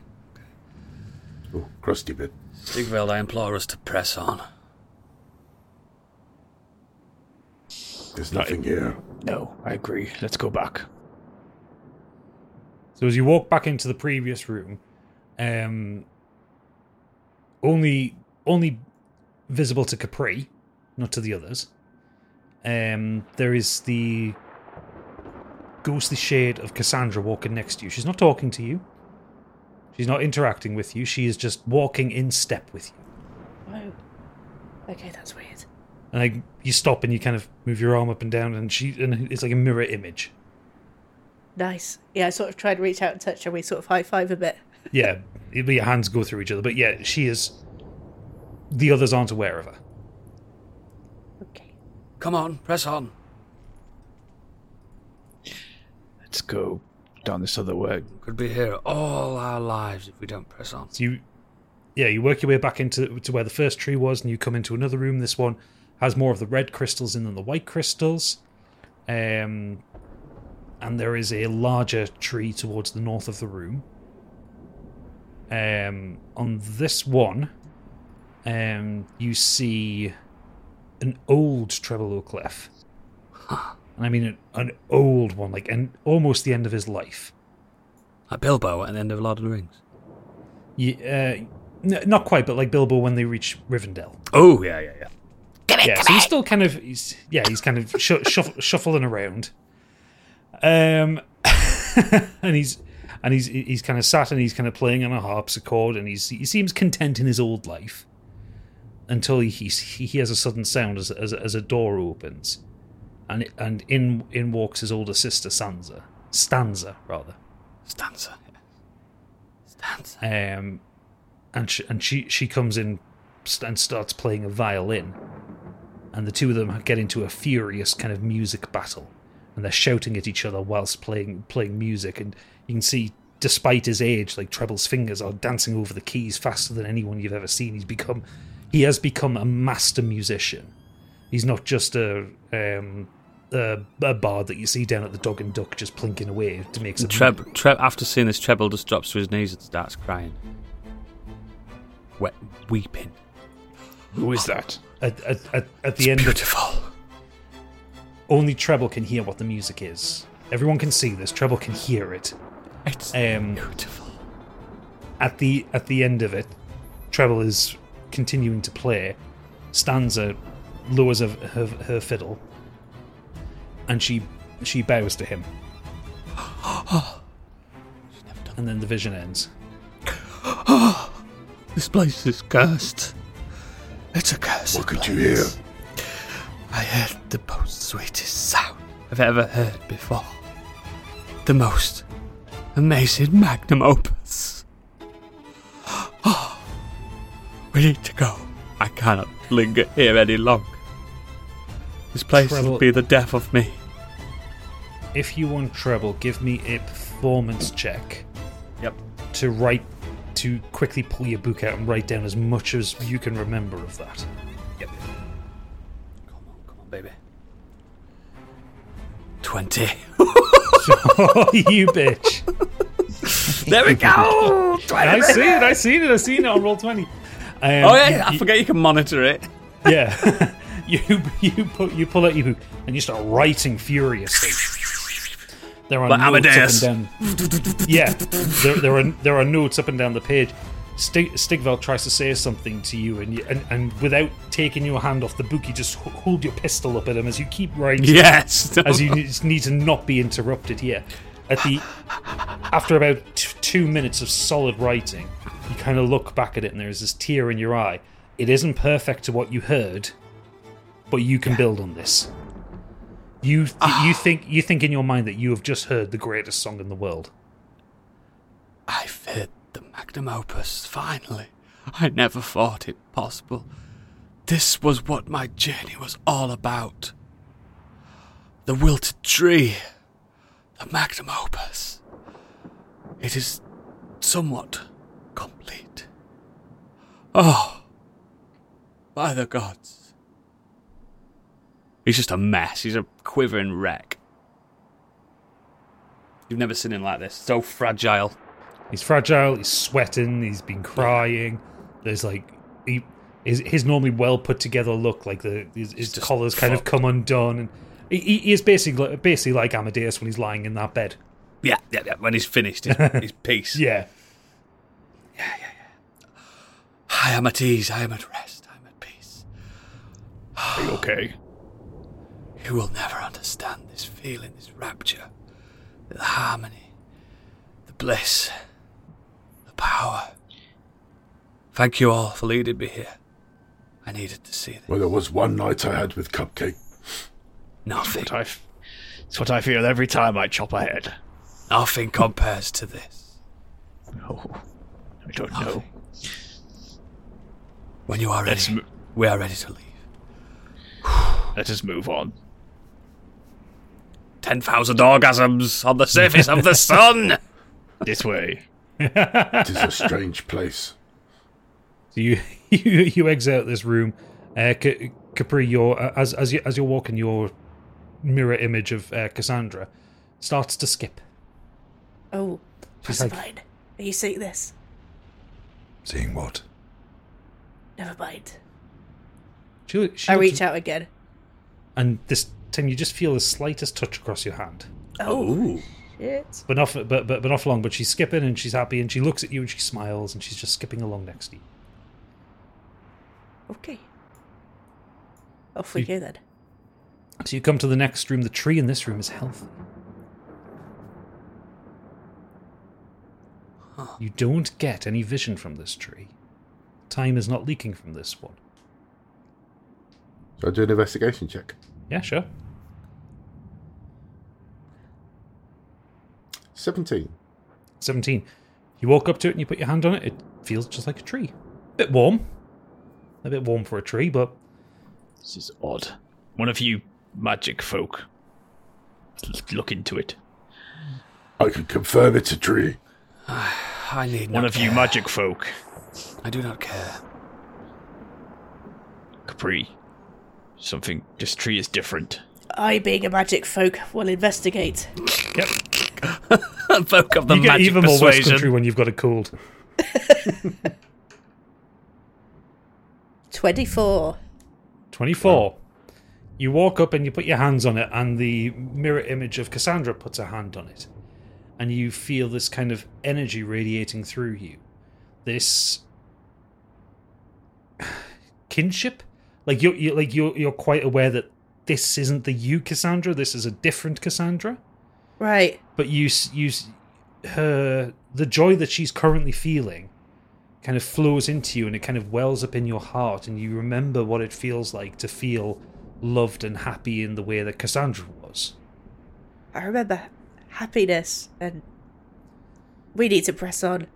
Oh, crusty bit.
Stigveld, I implore us to press on.
There's nothing here.
No, I agree. Let's go back.
So as you walk back into the previous room, um, only only visible to Capri, not to the others. Um, there is the ghostly shade of Cassandra walking next to you. She's not talking to you. She's not interacting with you. She is just walking in step with you.
Whoa. Oh. Okay, that's weird.
And like you stop and you kind of move your arm up and down, and she and it's like a mirror image.
Nice. Yeah, I sort of tried to reach out and touch her. We sort of high five a bit.
Yeah, it- your hands go through each other, but yeah, she is. The others aren't aware of her.
Come on, press on.
Let's go
on this other work.
Could be here all our lives if we don't press on.
So you, yeah, you work your way back into to where the first tree was, and you come into another room. This one has more of the red crystals in than the white crystals, um, and there is a larger tree towards the north of the room. Um, on this one, um, you see an old treble oak clef. And I mean an, an old one, like and almost the end of his life.
Like Bilbo at the end of Lord of the Rings.
Yeah, uh, n- not quite, but like Bilbo when they reach Rivendell.
Oh yeah, yeah, yeah.
yeah, so he's still kind of he's yeah he's kind of shu- shuff- shuffling around, um, and he's and he's he's kind of sat and he's kind of playing on a harpsichord and he's he seems content in his old life, until he he, he hears a sudden sound as as, as a door opens, and and in in walks his older sister Sansa Stanza rather.
Stanza.
Um, and she, and she she comes in st- and starts playing a violin, and the two of them get into a furious kind of music battle, and they're shouting at each other whilst playing playing music, and you can see. Despite his age, like Treble's fingers are dancing over the keys faster than anyone you've ever seen. He's become, he has become a master musician. He's not just a um, a, a bard that you see down at the Dog and Duck just plinking away to make some
Treb, Treb, after seeing this, Treble just drops to his knees and starts crying, Wet, weeping.
Who is that?
at, at, at, at the end beautiful. only treble can hear what the music is everyone can see this treble can hear it
it's
Um, beautiful at the at the end of it treble is continuing to play stanza lowers her, her, her fiddle and she she bows to him and then the vision ends
This place is cursed. It's a curse.
What could you hear?
I heard the most sweetest sound I've ever heard before. The most amazing magnum opus. Ah, we need to go. I cannot linger here any longer. This place will
Treble-
be the death of me.
If you want treble, give me a performance check.
Yep.
To write, to quickly pull your book out and write down as much as you can remember of that.
Yep. Come on, baby. 20.
Oh, you bitch.
There we go! 20.
I see it. I seen it. I seen it on roll twenty. Um,
oh yeah, I
you-
forget you can monitor it.
yeah. you you put you pull out your book and you start writing furiously. There are
Like Amadeus.
notes up and down. yeah, there, there are there are notes up and down the page. Stig, Stigveld tries to say something to you, and, you, and and without taking your hand off the book, you just h- hold your pistol up at him as you keep writing.
Yes.
as you ne- just need to not be interrupted here. At the after about t- two minutes of solid writing, you kind of look back at it, and there is this tear in your eye. It isn't perfect to what you heard, but you can build on this. You th- you think you think in your mind that you have just heard the greatest song in the world.
I've heard the magnum opus, finally. I never thought it possible. This was what my journey was all about. The wilted tree, the magnum opus. It is somewhat complete. Oh, by the gods. He's just a mess. He's a quivering wreck. You've never seen him like this. So fragile.
He's fragile. He's sweating. He's been crying. There's like he his, his normally well put together look, like the his, his collars kind of
fucked.
come undone, and he- he, he is basically basically like Amadeus when he's lying in that bed.
Yeah, yeah, yeah. When he's finished, his, his peace.
Yeah.
I am at ease. I am at rest. I'm at peace.
Are you okay?
You will never understand this feeling, this rapture, the harmony, the bliss, the power. Thank you all for leading me here. I needed to see this.
Well, there was one night I had with Cupcake.
Nothing.
I f- it's what I feel every time I chop a head.
Nothing compares to this.
Oh, I don't know.
When you are
Let's
ready,
mo-
we are ready to leave.
Let us move on.
10,000 orgasms on the surface of the sun.
This way.
it is a strange place.
So you you you exit out this room. Uh, Ca- Capri, you're, uh, as as you as you're walking, your mirror image of uh, Cassandra starts to skip.
Oh,
She's
never mind. Are you seeing this?
Seeing what?
Never mind.
She, she
I
looks-
reach out again.
and this time you just feel the slightest touch across your hand.
Oh, shit.
But not for- but, but but not for long. But she's skipping and she's happy and she looks at you and she smiles and she's just skipping along next to you.
Okay. Off we go then.
So you come to the next room. The tree in this room is healthy. You don't get any vision from this tree. Time is not leaking from this one.
So I do an investigation check.
Yeah, sure.
17.
17. You walk up to it and you put your hand on it. It feels just like a tree. bit warm. A bit warm for a tree, but.
This is odd. One of you magic folk. L- Look into it.
I can confirm it's a tree.
I need
One
not
of you
care.
magic folk.
I do not care.
Capri. Something. This tree is different.
I, being a magic folk, will investigate.
Yep.
folk of the
you get
magic
even more West
persuasion.
Country when you've got it cooled.
24.
24. You walk up and you put your hands on it, and the mirror image of Cassandra puts her hand on it. And you feel this kind of energy radiating through you. This kinship. Like you're, you're like you're you're quite aware that this isn't the you Cassandra. This is a different Cassandra.
Right.
But you s- you s- her the joy that she's currently feeling kind of flows into you and it kind of wells up in your heart and you remember what it feels like to feel loved and happy in the way that Cassandra was.
I remember happiness and we need to press on.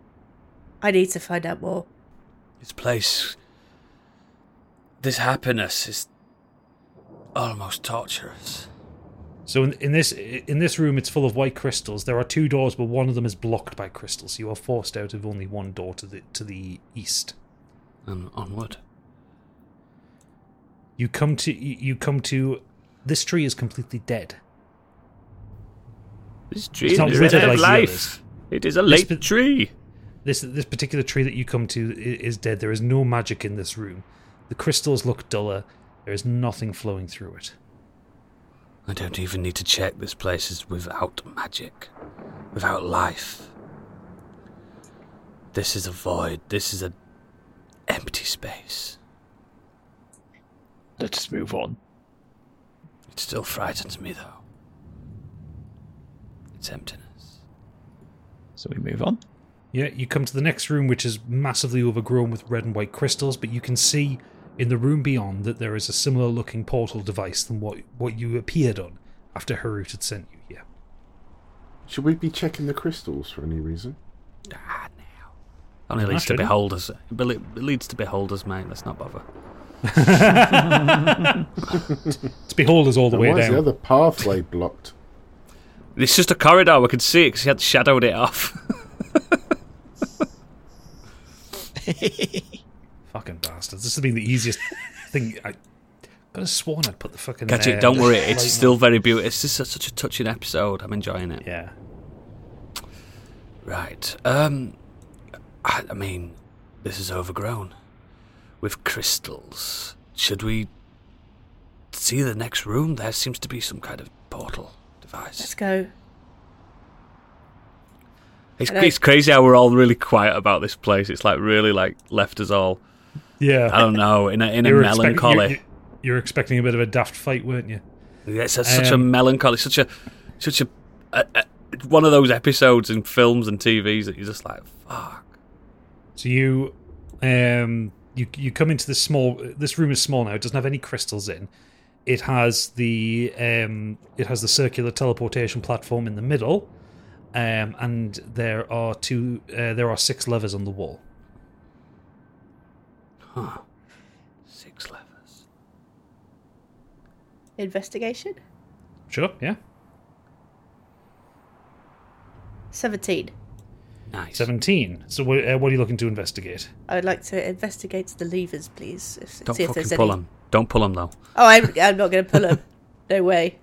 I need to find out more.
This place. This happiness is almost torturous.
So in, in this in this room it's full of white crystals. There are two doors but one of them is blocked by crystals. So you are forced out of only one door to the to the east.
And onward.
You come to you you come to this tree is completely dead.
This
tree It's not is withered dead like the life. others.
It is a
This
late tree.
This this particular tree that you come to i- is dead. There is no magic in this room. The crystals look duller. There is nothing flowing through it.
I don't even need to check. This place is without magic, without life. This is a void. This is an empty space.
Let's move on.
It still frightens me, though. It's emptiness.
So we move on.
Yeah, you come to the next room, which is massively overgrown with red and white crystals, but you can see in the room beyond that there is a similar looking portal device than what, what you appeared on after Harut had sent you here.
Should we be checking the crystals for any reason?
Ah, Only
I
leads to
shouldn't.
beholders. It bel- it leads to beholders, mate. Let's not bother.
It's beholders all the
And
way
why is
down.
the other pathway blocked?
It's just a corridor. We could see it because he had shadowed it off.
Fucking bastards. This has been the easiest thing. I could have sworn I'd put the fucking.
Catch
uh,
it. Don't worry. It's
lightning-
still very beautiful. It's just such a touching episode. I'm enjoying it.
Yeah.
Right. Um. I, I mean, this is overgrown with crystals. Should we see the next room? There seems to be some kind of portal device.
Let's go.
It's,
And I-
it's crazy how we're all really quiet about this place. It's like really like left us all.
Yeah.
I don't know. In a, in a
You were expect- you-
melancholy.
you- you were expecting a bit of a daft fight, weren't you?
Yeah, it's a- such a
Um,
melancholy, such a, such a, a, a, one of those episodes in films and TVs that you're just like, fuck.
So you, um, you you come into this small. This room is small now. It doesn't have any crystals in. It has the um, it has the circular teleportation platform in the middle, um, and there are two. Uh, there are six levers on the wall.
Huh. Six levels.
Investigation?
Sure. Yeah.
Seventeen.
Nice. 17. So, what, uh, what are you looking to investigate?
I would like to investigate the levers, please. If,
Don't
see if there's
fucking
any.
pull
'em. Don't pull them though.
Oh, I'm, I'm not going to pull them. No way.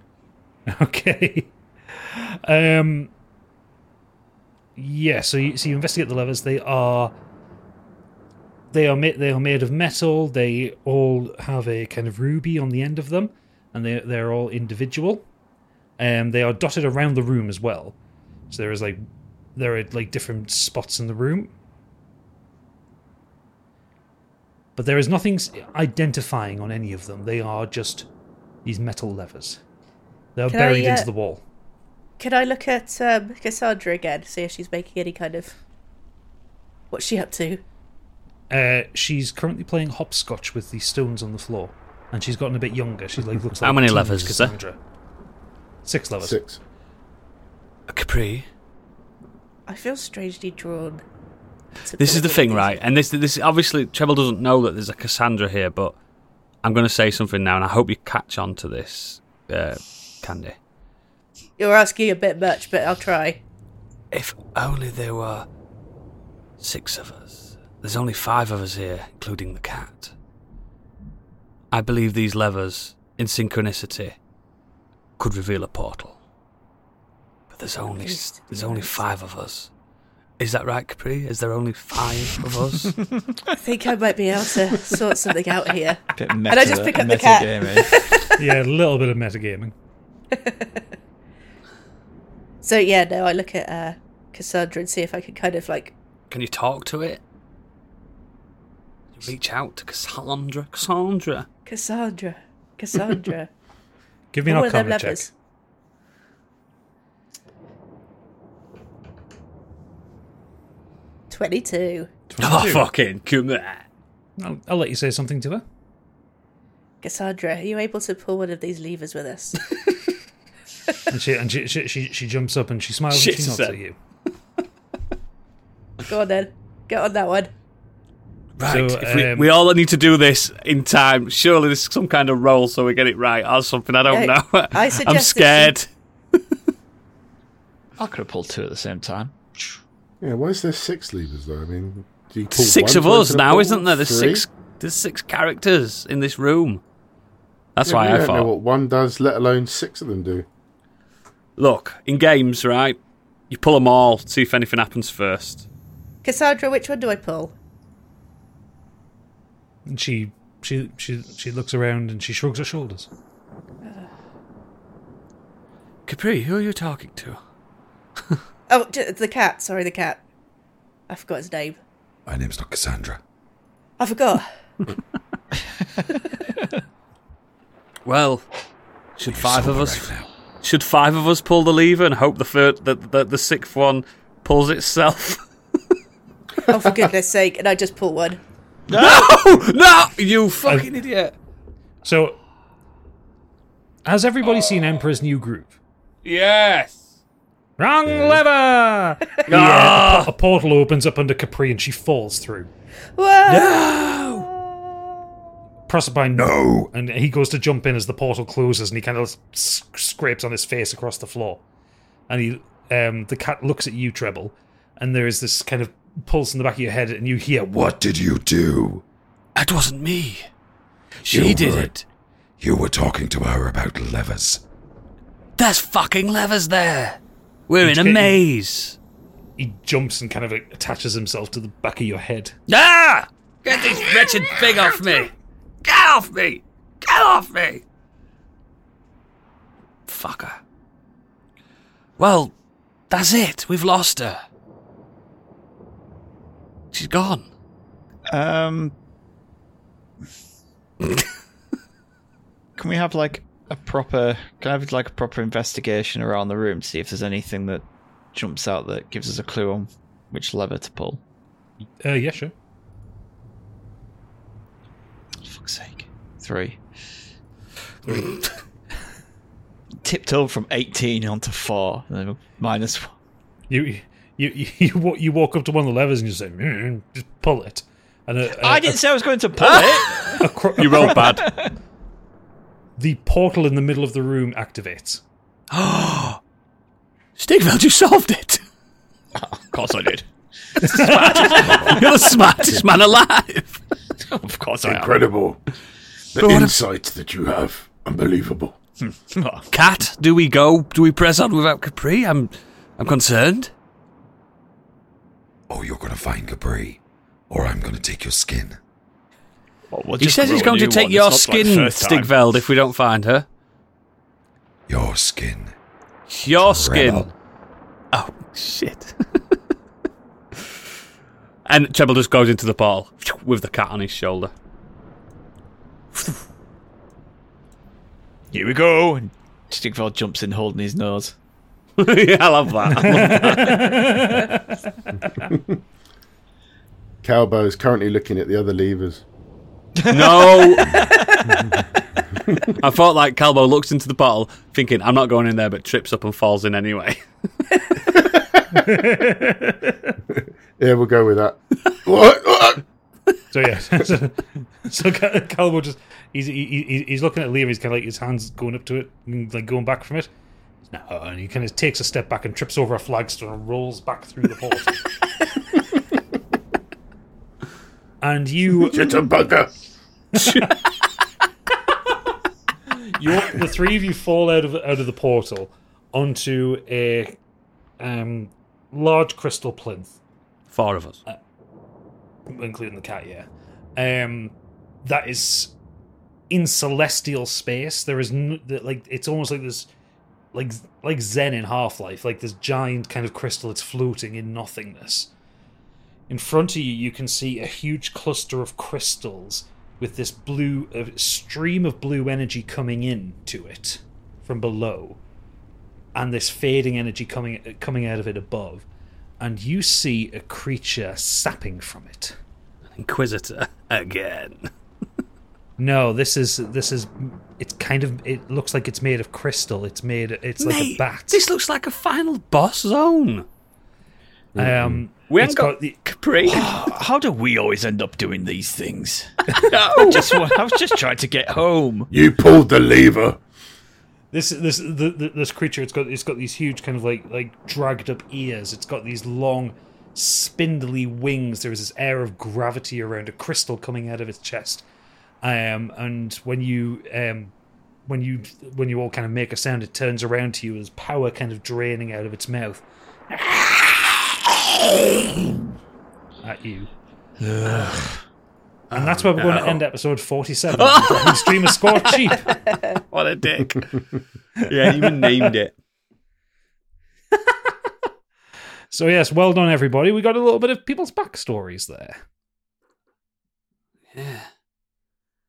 Okay. Um. Yeah. So you so you investigate the levers. They are. They are made. They are made of metal. They all have a kind of ruby on the end of them, and they they're all individual. Um. They are dotted around the room as well. So there is like, there are like different spots in the room. But there is nothing s- identifying on any of them. They are just these metal levers. They're
Can I,
buried
uh,
into the wall.
Can I look at um, Cassandra again? See if she's making any kind of. What's she up to?
Uh, she's currently playing hopscotch with the stones on the floor, and she's gotten a bit younger. She like looks like
How many
teenage
levers is there?
Cassandra. Six levers.
Six.
A capri.
I feel strangely drawn. to
This is the
Penelope.
thing, right? And this this obviously Treble doesn't know that there's a Cassandra here, but I'm going to say something now, and I hope you catch on to this, uh, Candy.
You're asking a bit much, but I'll try.
If only there were six of us. There's only five of us here, including the cat. I believe these levers, in synchronicity, could reveal a portal. But there's only s- there's only five of us. Is that right, Capri? Is there only five of us?
I think I might be able to sort something out here.
Bit
and
meta-
I just pick up the
meta
cat.
yeah, a little bit of metagaming.
So yeah, no, I look at uh, Cassandra and see if I can kind of like
Can you talk to it? Reach out to Cassandra. Cassandra.
Cassandra, Cassandra.
Give me an
What were them
arcana check.
levers? Twenty-two.
Oh, fucking come on.
I'll, I'll let you say something to her.
Cassandra, are you able to pull one of these levers with us?
And she and she she, she, she jumps up and she smiles and she
Shit,
nods
sir.
at you.
Go on then. Get on that one.
Right.
So,
if we,
um,
we all need to do this in time. Surely this is some kind of roll so we get it right or something. I don't
No,
know.
I
I'm
suggested
scared.
I could have pulled two at the same time.
Yeah, why is there six levers though? I mean, do you pull
Six
one
of
to
us
open a
now,
door?
isn't there? There's
Three?
six there's six characters in this room. That's
Yeah,
why
we
I
don't
thought
know what one does, let alone six of them do.
Look, in games, right? You pull them all, see if anything happens first.
Cassandra, which one do I pull?
And she she she she looks around and she shrugs her shoulders.
Capri, who are you talking to?
Oh, t- the cat. Sorry, the cat. I forgot his name.
My name's not Cassandra.
I forgot.
Well, should five of us should five of us pull the lever and hope the third that the, the sixth one pulls itself?
oh, for goodness sake. And I just pull one.
No, no, you fucking idiot.
So, has everybody seen Emperor's New Groove?
Yes.
Wrong lever.
No!
Yeah, a, po- a portal opens up under Capri and she falls through.
Whoa!
Proserpine, no! And he goes to jump in as the portal closes, and he kind of s- scrapes on his face across the floor. And he, um, the cat looks at you, Treble, and there is this kind of pulse in the back of your head, and you hear,
What did you do?
It wasn't me.
She
did
it. You were talking to her about levers.
There's fucking levers there. We're in a
He-
maze.
He jumps and kind of like, attaches himself to the back of your head.
Ah! Get this wretched thing off me! Get off me! Get off me! Fucker. Well, that's it. We've lost her. She's gone.
Um, can we have like a proper? Can I have like a proper investigation around the room, see if there's anything that jumps out that gives us a clue on which lever to pull?
Uh, yeah, sure.
fuck's sake. Three. Three. Tipped over from 18 onto four, and then minus one.
You, you, you, you, wa- you walk up to one of the levers and you say, "Mm, just pull it. And a, a,
I didn't say I was going to pull it!
a cro-
You rolled bad.
The portal in the middle of the room activates.
Stigveld, you solved it!
course I did.
You're the smartest man alive.
Of course I am.
Incredible. The
But what if-
insights that you have, unbelievable.
Cat, do we go? Do we press on without Capri? I'm, I'm concerned.
Oh, you're going to find Capri, or I'm going to take your skin.
he says he's going to take your skin, Stigveld, if we don't find her.
Your skin.
Your skin. Oh, shit. and Treble just goes into the portal with the cat on his shoulder.
Here we go. And Stigveld jumps in holding his nose.
yeah, I love that.
Cowboy is currently looking at the other levers.
No. I felt like Calbo looks into the portal thinking, I'm not going in there, but trips up and falls in anyway.
Yeah, we'll go with that. what?
So yeah, so, so Cal- Calvo just he's he, he- he's looking at Liam. He's kind of like his hands going up to it, and like going back from it. No, and he kind of takes a step back and trips over a flagstone and rolls back through the portal. and you, you, the three of you fall out of out of the portal onto a um, large crystal plinth.
Four of us,
including the cat. Yeah, um, that is in celestial space. There is n- that, like it's almost like this, like like Zen in Half Life. Like this giant kind of crystal. It's floating in nothingness. In front of you, you can see a huge cluster of crystals with this blue a stream of blue energy coming in to it from below, and this fading energy coming coming out of it above, and you see a creature sapping from it.
Inquisitor again.
No, this is this is it's kind of it looks like it's made of crystal. It's made it's like a
Mate,
bat.
This looks like a final boss zone.
Um,
We
it's
haven't got
the
Capri.
How do we always end up doing these things?
I,
just, wa- I was just trying to get home.
You pulled the lever.
This this the, the, this creature it's got it's got these huge kind of like like dragged up ears. It's got these long spindly wings. There is this air of gravity around a crystal coming out of its chest. Um, and when you um, when you when you all kind of make a sound, it turns around to you as power kind of draining out of its mouth at you. And that's where we're going to
No.
end episode forty-seven. on Stream of score cheap.
What a dick. yeah, you even named it.
So yes, well done everybody. We got a little bit of people's backstories there.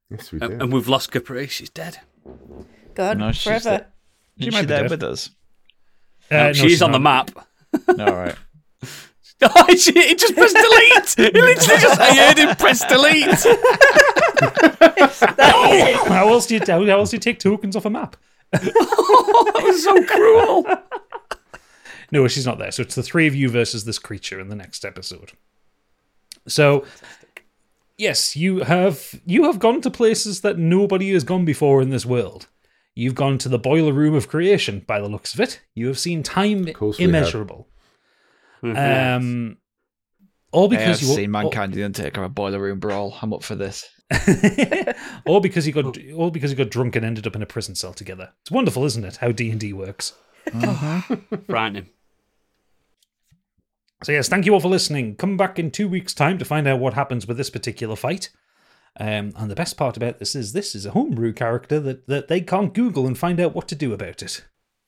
Yes, we
Uh, And, and we've lost Capri. She's dead.
God,
No, she's
forever.
there. Isn't she there with us?
Uh,
No,
no,
she's,
she's
on the
not.
map.
All right.
Oh, shit, he just pressed delete. He literally just I heard him press delete.
how else do you how else do you take tokens off a map?
that was so cruel.
No, she's not there. So it's the three of you versus this creature in the next episode. So yes, you have you have gone to places that nobody has gone before in this world. You've gone to the boiler room of creation by the looks of it. You have seen time
course we have. Mm-hmm.
immeasurable. Um all because
I've
you
seen
all-
mankind in the Undertaker have a boiler room brawl. I'm up for this.
all because he got all because he got drunk and ended up in a prison cell together. It's wonderful, isn't it? How D and D works.
Frightening.
So yes, thank you all for listening. Come back in two weeks' time to find out what happens with this particular fight. Um, and the best part about this is this is a homebrew character that, that they can't Google and find out what to do about it.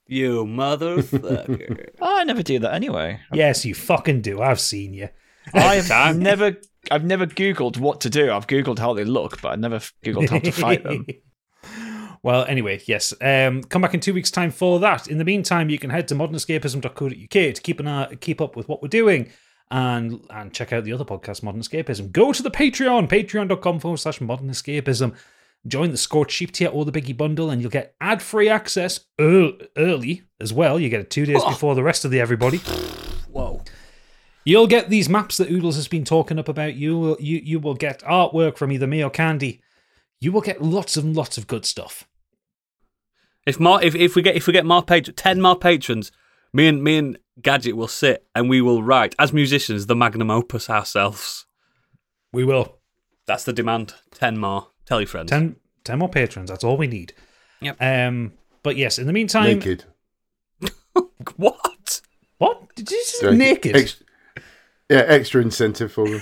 You motherfucker.
I never do that anyway.
Yes, you fucking do. I've seen you.
I've never, I've never Googled what to do. I've Googled how they look, but I never Googled how to fight them.
Well, anyway, yes. Um, come back in two weeks' time for that. In the meantime, you can head to modernescapism.co.uk to keep an eye, keep up with what we're doing, and and check out the other podcast, Modern Escapism. Go to the Patreon, patreon.com forward slash Modern Escapism. Join the Scorched Sheep tier or the Biggie Bundle, and you'll get ad free access ear- early as well. You get it two days
Oh.
before the rest of the everybody.
Whoa.
You'll get these maps that Oodles has been talking up about. You will you you will get artwork from either me or Candy. You will get lots and lots of good stuff.
If more, if, if we get if we get more patrons, ten more patrons,
Me and me and Gadget will sit and we will write as musicians the magnum opus ourselves.
We will.
That's the demand. Ten more. Tell your friends.
Ten, ten more patrons. That's all we need.
Yep.
Um. But yes, in the meantime,
Naked.
what?
What? Did you say
So,
naked?
ex- yeah, extra incentive for them.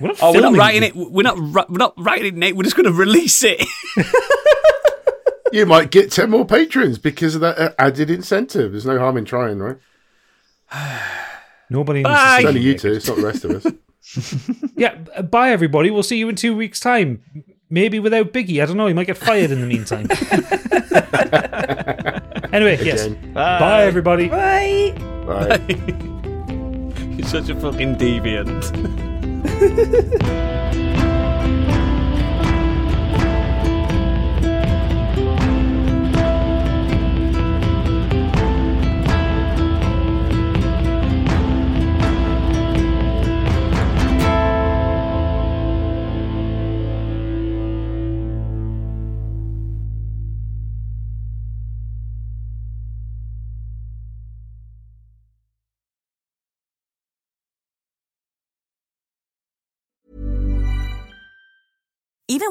We're not
oh, we're not
filming
writing it. We're not. ri- We're not writing it, Nate. We're just going to release it.
you might get 10 more patrons because of that uh, added incentive. There's no harm in trying, right?
Nobody needs to
It's
see
only
you
you two, it's not the rest of us.
yeah, b- bye everybody. We'll see you in two weeks' time. Maybe without Biggie. I don't know. He might get fired in the meantime. anyway, yes.
Again.
Bye. everybody.
Bye.
You're such a fucking deviant.
Even